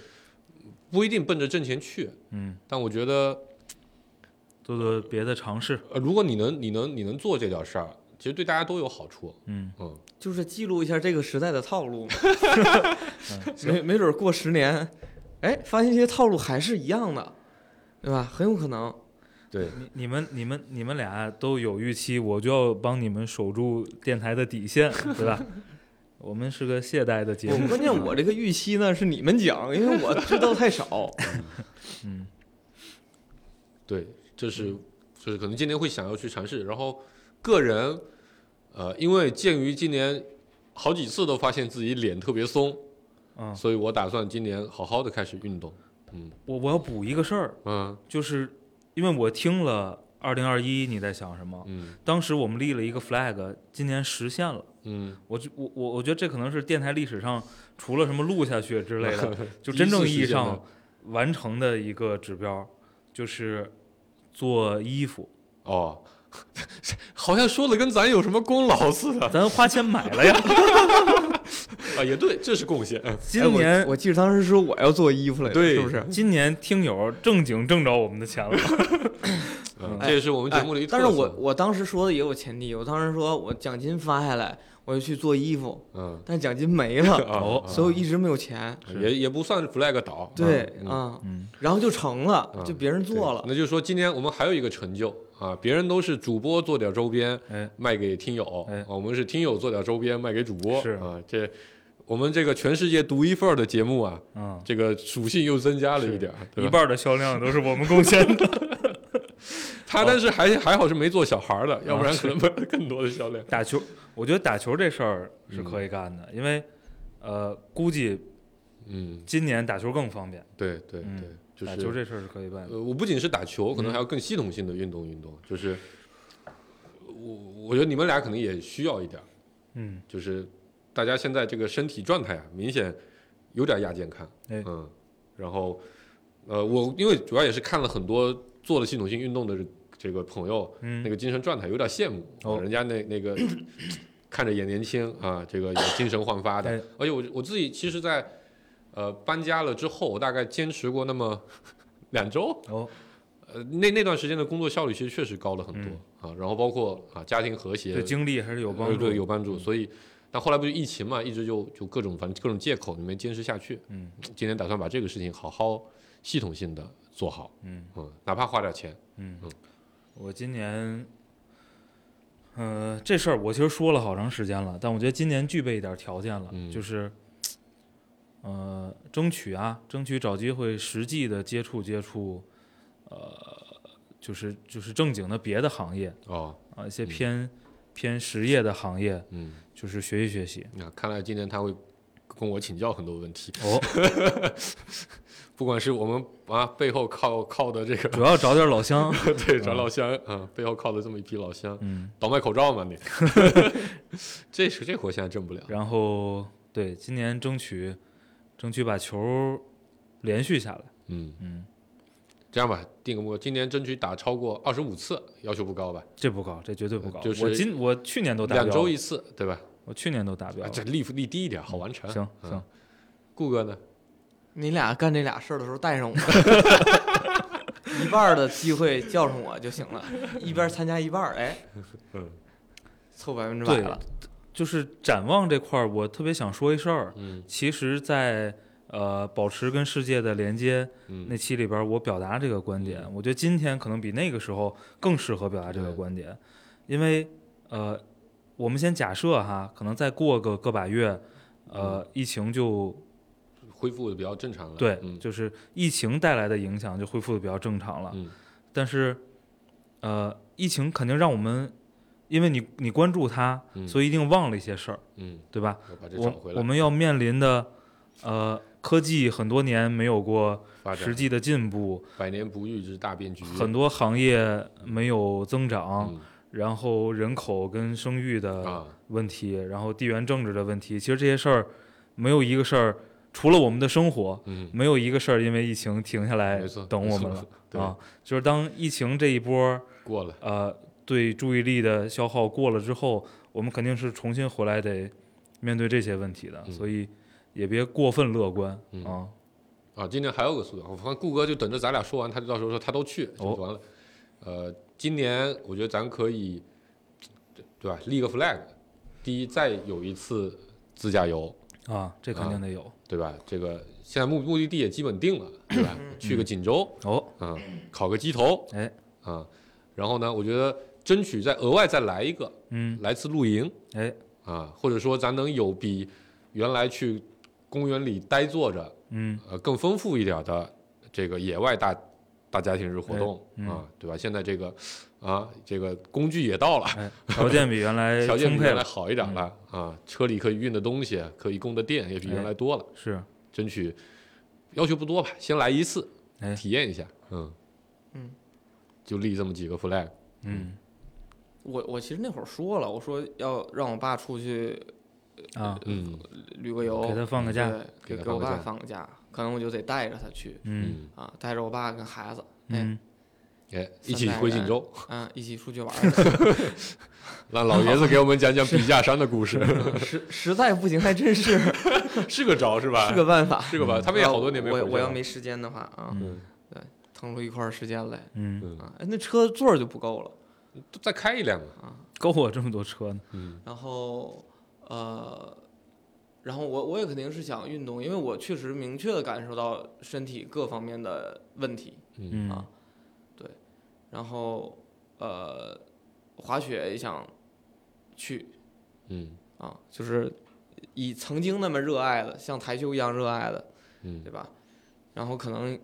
Speaker 5: 不一定奔着挣钱去，
Speaker 4: 嗯，
Speaker 5: 但我觉得。
Speaker 4: 做做别的尝试，
Speaker 5: 呃，如果你能，你能，你能做这点事儿，其实对大家都有好处。
Speaker 4: 嗯，
Speaker 5: 嗯，
Speaker 3: 就是记录一下这个时代的套 路，没没准儿过十年，哎，发现这些套路还是一样的，对吧？很有可能。
Speaker 5: 对，
Speaker 4: 你你们你们你们俩都有预期，我就要帮你们守住电台的底线，对吧？我们是个懈怠的节
Speaker 3: 我
Speaker 4: 目，
Speaker 3: 关键我这个预期呢是你们讲，因为我知道太 少。
Speaker 4: 嗯
Speaker 5: 对，这
Speaker 3: 嗯
Speaker 5: 是，就是可能今年会想要去尝试。然后，个人，呃，因为鉴于今年好几次都发现自己脸特别松，
Speaker 3: 嗯
Speaker 4: 啊，
Speaker 5: 所以我打算今年好好的开始运动。嗯
Speaker 4: 我我要补一个事儿，
Speaker 5: 嗯
Speaker 4: 就是因为我听了二零二一你在想什么，
Speaker 5: 嗯
Speaker 4: 当时我们立了一个 flag，今年实现了。
Speaker 5: 嗯，
Speaker 4: 我就我我我觉得这可能是电台历史上除了什么录下去之类 的，就
Speaker 5: 第一
Speaker 4: 真正
Speaker 5: 次
Speaker 4: 意
Speaker 5: 实
Speaker 4: 义
Speaker 5: 现
Speaker 4: 上
Speaker 5: 的
Speaker 4: 完成的一个指标，就是做衣服，
Speaker 5: 哦， 好像说的跟咱有什么功劳似的
Speaker 4: 咱花钱买了呀。
Speaker 5: 啊，也对，这是贡献。嗯
Speaker 3: 哎
Speaker 4: 今
Speaker 3: 我
Speaker 4: 年、
Speaker 3: 我记得当时说我要做衣服来着，
Speaker 5: 对
Speaker 3: 是不是？
Speaker 4: 今年听友正经挣着我们的钱了，
Speaker 5: 嗯，
Speaker 3: 哎
Speaker 5: 这也是我们节目的一
Speaker 3: 哎
Speaker 5: 特
Speaker 3: 但
Speaker 5: 色。
Speaker 3: 是我我当时说的也有前提，我当时说我奖金发下来，我就去做衣服，
Speaker 5: 嗯
Speaker 3: 但是奖金没 了，
Speaker 5: 啊，
Speaker 3: 所以我一直没有钱。
Speaker 5: 啊也也不算 flag 倒。
Speaker 3: 对
Speaker 5: 嗯
Speaker 3: 啊，
Speaker 4: 嗯，
Speaker 3: 然后就成了，
Speaker 5: 嗯
Speaker 3: 就别人做
Speaker 5: 对
Speaker 3: 了。
Speaker 5: 那就是说，今年我们还有一个成就啊，别人都是主播做点周边
Speaker 4: 哎，
Speaker 5: 卖给听友，
Speaker 4: 哎
Speaker 5: 啊我们是听友做点周边卖给主播，
Speaker 4: 是
Speaker 5: 啊，这我们这个全世界独一份儿的节目啊，
Speaker 4: 嗯，
Speaker 5: 这个属性又增加了一点儿，对
Speaker 4: 一
Speaker 5: 吧？
Speaker 4: 半的销量都是我们贡献的。
Speaker 5: 他但是还还好是没做小孩儿的，
Speaker 4: 哦
Speaker 5: 要不然可能会有更多的销 量。
Speaker 4: 打球，我觉得打球这事儿是可以干的，因为呃，估计
Speaker 5: 嗯，
Speaker 4: 今年打球更方便，
Speaker 5: 对对
Speaker 4: 嗯
Speaker 5: 对，就
Speaker 4: 打球
Speaker 5: 是
Speaker 4: 这事儿是可以办的。
Speaker 5: 呃，我不仅是打球，可
Speaker 4: 嗯
Speaker 5: 能还要更系统性的运动运动，就是我我觉得你们俩可能也需要一点儿。
Speaker 4: 嗯，
Speaker 5: 就是大家现在这个身体状态啊，明显有点亚健康。
Speaker 4: 哎
Speaker 5: 嗯，然后呃，我因为主要也是看了很多做了系统性运动的这个朋友，
Speaker 4: 嗯
Speaker 5: 那个精神状态有点羡慕，啊
Speaker 4: 哦
Speaker 5: 人家那那个看着也年轻啊，这个也精神焕发的。
Speaker 4: 哎
Speaker 5: 而且我我自己其实在，呃搬家了之后，我大概坚持过那么两周，
Speaker 4: 哦，
Speaker 5: 呃那那段时间的工作效率其实确实高了很多、啊，然后包括啊家庭和谐
Speaker 4: 嗯对，精力还是有帮
Speaker 5: 呃
Speaker 4: 助嗯的
Speaker 5: 对，。有帮助。所以，但后来不是疫情嘛，一直就就各种反正各种借口，你没坚持下去。
Speaker 4: 嗯，
Speaker 5: 今天打算把这个事情好好系统性的做好，
Speaker 4: 嗯
Speaker 5: 嗯，哪怕花点钱，
Speaker 4: 嗯
Speaker 5: 嗯，
Speaker 4: 我今年，呃，这事儿我其实说了好长时间了，但我觉得今年具备一点条件了，
Speaker 5: 嗯
Speaker 4: 就是，呃，争取啊，争取找机会实际的接触接触，呃，就是就是正经的别的行业
Speaker 5: 哦，
Speaker 4: 啊，一些
Speaker 5: 嗯
Speaker 4: 偏、偏实业的行业，
Speaker 5: 嗯，
Speaker 4: 就是学习学习。
Speaker 5: 那看来今年他会跟我请教很多问题，
Speaker 4: 哦，
Speaker 5: 不管是我们啊背后靠靠的这个
Speaker 4: 主要找点老 乡，
Speaker 5: 对找老乡啊，背后靠的这么一批老乡，
Speaker 4: 嗯，
Speaker 5: 倒卖口罩 嘛你， 这是这活现在挣不了，
Speaker 4: 然后对，今年争取争取把球儿连续下来，
Speaker 5: 嗯，
Speaker 4: 嗯，
Speaker 5: 这样吧，定个目标，今年争取打超过二十五次，要求不高吧？
Speaker 4: 这不高，这绝对不高。
Speaker 5: 就是
Speaker 4: 我今我去年都达标了，
Speaker 5: 两周一次，对吧？
Speaker 4: 我去年都达标
Speaker 5: 啊
Speaker 4: 了。
Speaker 5: 这立立低一点，好完成。
Speaker 4: 行
Speaker 5: 嗯
Speaker 4: 行，
Speaker 5: 顾哥呢？
Speaker 3: 你俩干这俩事儿的时候带上我， 一半儿的机会叫上我就行了，一边儿参加一半儿，哎，
Speaker 5: 嗯，
Speaker 3: 凑百分之百
Speaker 4: 对
Speaker 3: 了。
Speaker 4: 就是展望这块儿，我特别想说一事儿。
Speaker 5: 嗯
Speaker 4: 其实在，呃保持跟世界的连接那
Speaker 5: 嗯，
Speaker 4: 期里边儿，我表达这个观点，我觉得今天可能比那个时候更适合表达这个
Speaker 5: 对
Speaker 4: 观点，因为呃，我们先假设哈，可能再过个个把月，呃，疫情就
Speaker 5: 恢复的比较正常了。
Speaker 4: 对，
Speaker 5: 嗯嗯
Speaker 4: 就是疫情带来的影响就恢复的比较正常了。
Speaker 5: 嗯
Speaker 4: 但是，呃，疫情肯定让我们，因为你你关注它，
Speaker 5: 嗯
Speaker 4: 所以一定忘了一些事儿，
Speaker 5: 嗯，
Speaker 4: 对吧？
Speaker 5: 要把这找
Speaker 4: 我
Speaker 5: 回来。
Speaker 4: 我们要面临的，呃，科技很多年没有过
Speaker 5: 发展
Speaker 4: 实际的进步，
Speaker 5: 百年不遇之大变局，
Speaker 4: 很多行业没有增长，
Speaker 5: 嗯
Speaker 4: 然后人口跟生育的
Speaker 5: 啊，
Speaker 4: 问题，然后地缘政治的问题，其实这些事儿没有一个事儿，除了我们的生活，
Speaker 5: 嗯，
Speaker 4: 没有一个事儿因为疫情停下来
Speaker 5: 没错，
Speaker 4: 哎等我们
Speaker 5: 没
Speaker 4: 了
Speaker 5: 错。对，
Speaker 4: 啊，就是当疫情这一波
Speaker 5: 过了，
Speaker 4: 呃对注意力的消耗过了之后，我们肯定是重新回来得面对这些问题的，
Speaker 5: 嗯
Speaker 4: 所以也别过分乐观、
Speaker 5: 嗯
Speaker 4: 啊。
Speaker 5: 啊，今年还有个速度，我看顾哥就等着咱俩说完，他就到时候说他都去，就
Speaker 4: 哦
Speaker 5: 完了。呃，今年我觉得咱可以，对吧？立个 flag，第一，再有一次自驾游，
Speaker 4: 啊，这肯定得有、
Speaker 5: 对吧？这个现在目目的地也基本定了，对吧？去个锦州，
Speaker 4: 哦。
Speaker 5: 啊，烤个鸡头，
Speaker 4: 哎，
Speaker 5: 啊，然后呢，我觉得争取再额外再来一个，
Speaker 4: 嗯，
Speaker 5: 来次露营
Speaker 4: 哎，
Speaker 5: 啊，或者说咱能有比原来去公园里呆坐着。
Speaker 4: 嗯，
Speaker 5: 呃更丰富一点的这个野外大大家庭日活动、
Speaker 4: 嗯
Speaker 5: 啊，对吧？现在这个啊，这个工具也到了，
Speaker 4: 哎， 条件比原来
Speaker 5: 条
Speaker 4: 呃
Speaker 5: 件
Speaker 4: 充
Speaker 5: 比
Speaker 4: 沛
Speaker 5: 原
Speaker 4: 了，
Speaker 5: 来
Speaker 4: 嗯
Speaker 5: 好一点了、啊，车里可以运的东西，可以供的电也比
Speaker 4: 哎
Speaker 5: 原来多了，
Speaker 4: 是
Speaker 5: 争取要求不多吧，先来一次、
Speaker 4: 哎
Speaker 5: 体验一下，嗯
Speaker 3: 嗯，
Speaker 5: 就立这么几个 flag，
Speaker 4: 嗯
Speaker 3: 我我其实那会儿说了，我说要让我爸出去
Speaker 4: 啊，
Speaker 5: 嗯
Speaker 3: 旅个游，
Speaker 4: 给他放个假，
Speaker 3: 对，给
Speaker 5: 给他
Speaker 3: 给我
Speaker 5: 放
Speaker 3: 爸
Speaker 5: 个假
Speaker 3: 放个假，可能我就得带着他去
Speaker 4: 嗯
Speaker 3: 啊，带着我爸跟孩子，哎，
Speaker 4: 嗯，
Speaker 5: 哎，一起回锦州，
Speaker 3: 嗯，一起出去玩 儿。
Speaker 5: 让老爷子给我们讲讲笔架山的故 事，
Speaker 3: 实实在不行还真是
Speaker 5: 是个招是吧？
Speaker 3: 是个办法。啊
Speaker 5: 是个吧？他们也好多年没回
Speaker 3: 嗯我
Speaker 5: 去了。
Speaker 3: 我要没时间的话啊，
Speaker 5: 嗯
Speaker 3: 腾出一块儿时间来
Speaker 4: 嗯，
Speaker 5: 嗯，
Speaker 3: 啊，哎那车座儿就不够了。
Speaker 5: 再开一辆啊，
Speaker 4: 够我这么多车呢，
Speaker 5: 嗯
Speaker 3: 然后呃，然后我我也肯定是想运动，因为我确实明确的感受到身体各方面的问题。
Speaker 5: 嗯
Speaker 4: 嗯
Speaker 3: 啊然后呃，滑雪也想去
Speaker 5: 嗯
Speaker 3: 啊，就是以曾经那么热爱的，像台球一样热爱的，
Speaker 5: 嗯
Speaker 3: 对，吧？然后可能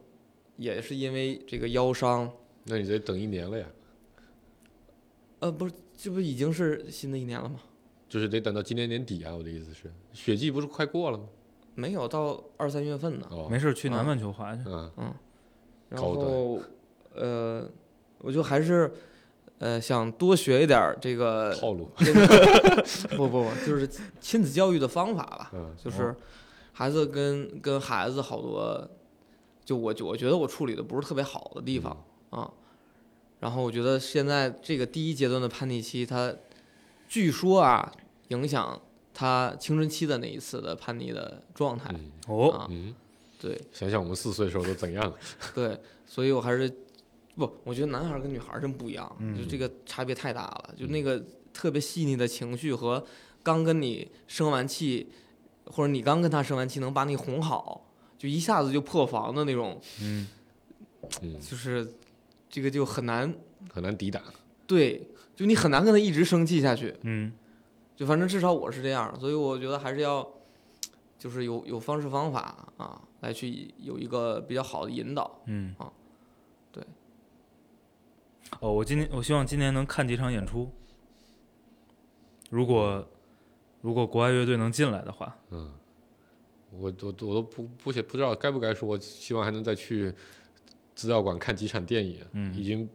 Speaker 3: 也是因为这个腰伤，
Speaker 5: 那你得等一年了呀，
Speaker 3: 呃，不是，这不已经是新的一年了吗？
Speaker 5: 就是得等到今年年底啊。我的意思是，雪季不是快过了吗？
Speaker 3: 没有到二三月份呢。
Speaker 5: 哦，
Speaker 4: 没事儿去
Speaker 3: 啊
Speaker 4: 南半球滑去，
Speaker 5: 嗯
Speaker 3: 然
Speaker 5: 高端
Speaker 3: 后，呃，我就还是，呃，想多学一点儿这个，
Speaker 5: 套路，
Speaker 3: 这个不不不，就是亲子教育的方法吧，
Speaker 5: 嗯
Speaker 3: 就是孩子跟跟孩子好多，就我我觉得我处理的不是特别好的地方
Speaker 5: 嗯
Speaker 3: 啊，然后我觉得现在这个第一阶段的叛逆期，他据说啊影响他青春期的那一次的叛逆的状态，
Speaker 5: 嗯
Speaker 4: 哦，
Speaker 3: 啊，
Speaker 5: 嗯，
Speaker 3: 对，
Speaker 5: 想想我们四岁时候都怎样，
Speaker 3: 对，所以我还是不，我觉得男孩儿跟女孩儿真不一样，就
Speaker 4: 嗯
Speaker 3: 这个差别太大了，就那个特别细腻的情绪和刚跟你生完气，或者你刚跟他生完气能把你哄好，就一下子就破防的那种，
Speaker 4: 嗯，
Speaker 5: 嗯，
Speaker 3: 就是这个就很难
Speaker 5: 很难抵挡。
Speaker 3: 对，就你很难跟他一直生气下去，
Speaker 4: 嗯，
Speaker 3: 就反正至少我是这样，所以我觉得还是要。就是有有方式方法啊，来去有一个比较好的引导。
Speaker 4: 嗯，
Speaker 3: 啊对。
Speaker 4: 哦，我今年我希望今年能看几场演出。如果如果国外乐队能进来的话，
Speaker 5: 嗯我我我都不不写不知道该不该说，希望还能再去资料馆看几场电影，
Speaker 4: 嗯
Speaker 5: 已经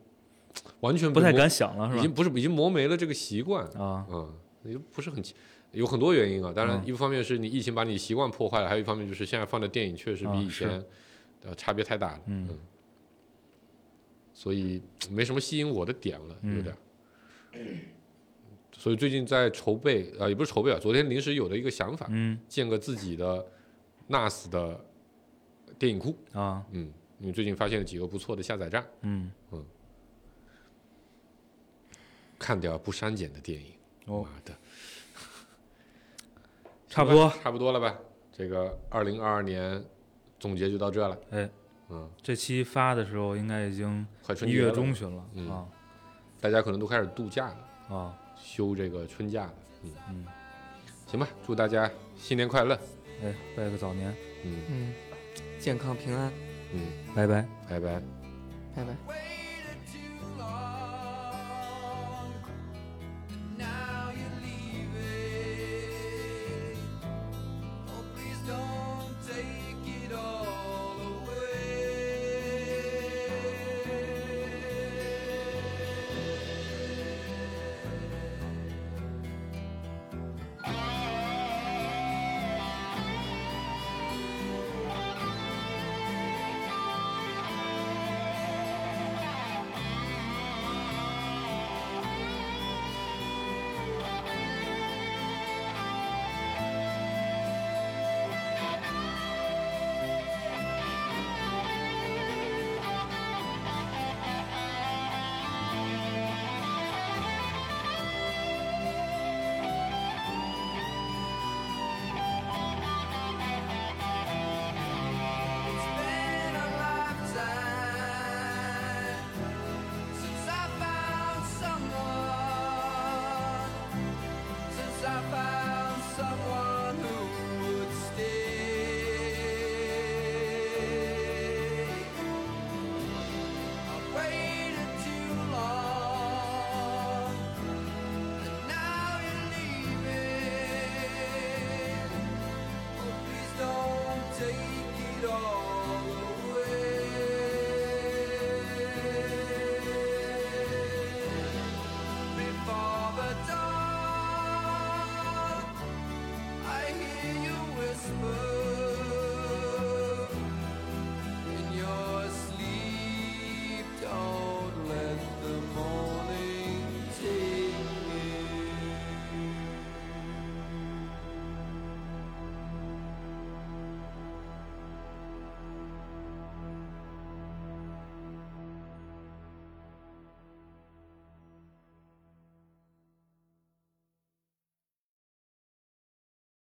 Speaker 5: 完全被
Speaker 4: 不太
Speaker 5: 磨，
Speaker 4: 敢想了，
Speaker 5: 已
Speaker 4: 是
Speaker 5: 经不是已经磨没了这个习惯，
Speaker 4: 吧？啊，
Speaker 5: 嗯，也不是很清有很多原因啊。当然，
Speaker 4: 嗯
Speaker 5: 一方面是你疫情把你习惯破坏了，还有一方面就是现在放的电影确实
Speaker 4: 啊
Speaker 5: 比以
Speaker 4: 是
Speaker 5: 前呃差别太大了，
Speaker 4: 嗯
Speaker 5: 所以没什么吸引我的点了，有
Speaker 4: 嗯
Speaker 5: 点儿。所以最近在筹备，呃，也不是筹备啊，昨天临时有了一个想法，
Speaker 4: 嗯
Speaker 5: 建个自己的 NAS 的电影库。
Speaker 4: 啊，
Speaker 5: 嗯，因为最近发现了几个不错的下载站，
Speaker 4: 嗯，
Speaker 5: 看点儿不删减的电影。
Speaker 4: 哦
Speaker 5: 妈的，
Speaker 4: 差不多，
Speaker 5: 差不多了吧？这个二零二二年总结就到这了。
Speaker 4: 哎，
Speaker 5: 嗯，
Speaker 4: 这期发的时候应该已经
Speaker 5: 快春
Speaker 4: 一
Speaker 5: 节了
Speaker 4: 月中，旬了
Speaker 5: 嗯
Speaker 4: 啊
Speaker 5: 大家可能都开始度假了，
Speaker 4: 啊，
Speaker 5: 休这个春假了。嗯
Speaker 4: 嗯，
Speaker 5: 行吧，祝大家新年快乐。
Speaker 4: 哎，拜个早年，
Speaker 5: 嗯
Speaker 3: 嗯，健康平安，
Speaker 5: 嗯，
Speaker 4: 拜拜。
Speaker 5: 拜拜。
Speaker 3: 拜拜。
Speaker 2: Wait Oh,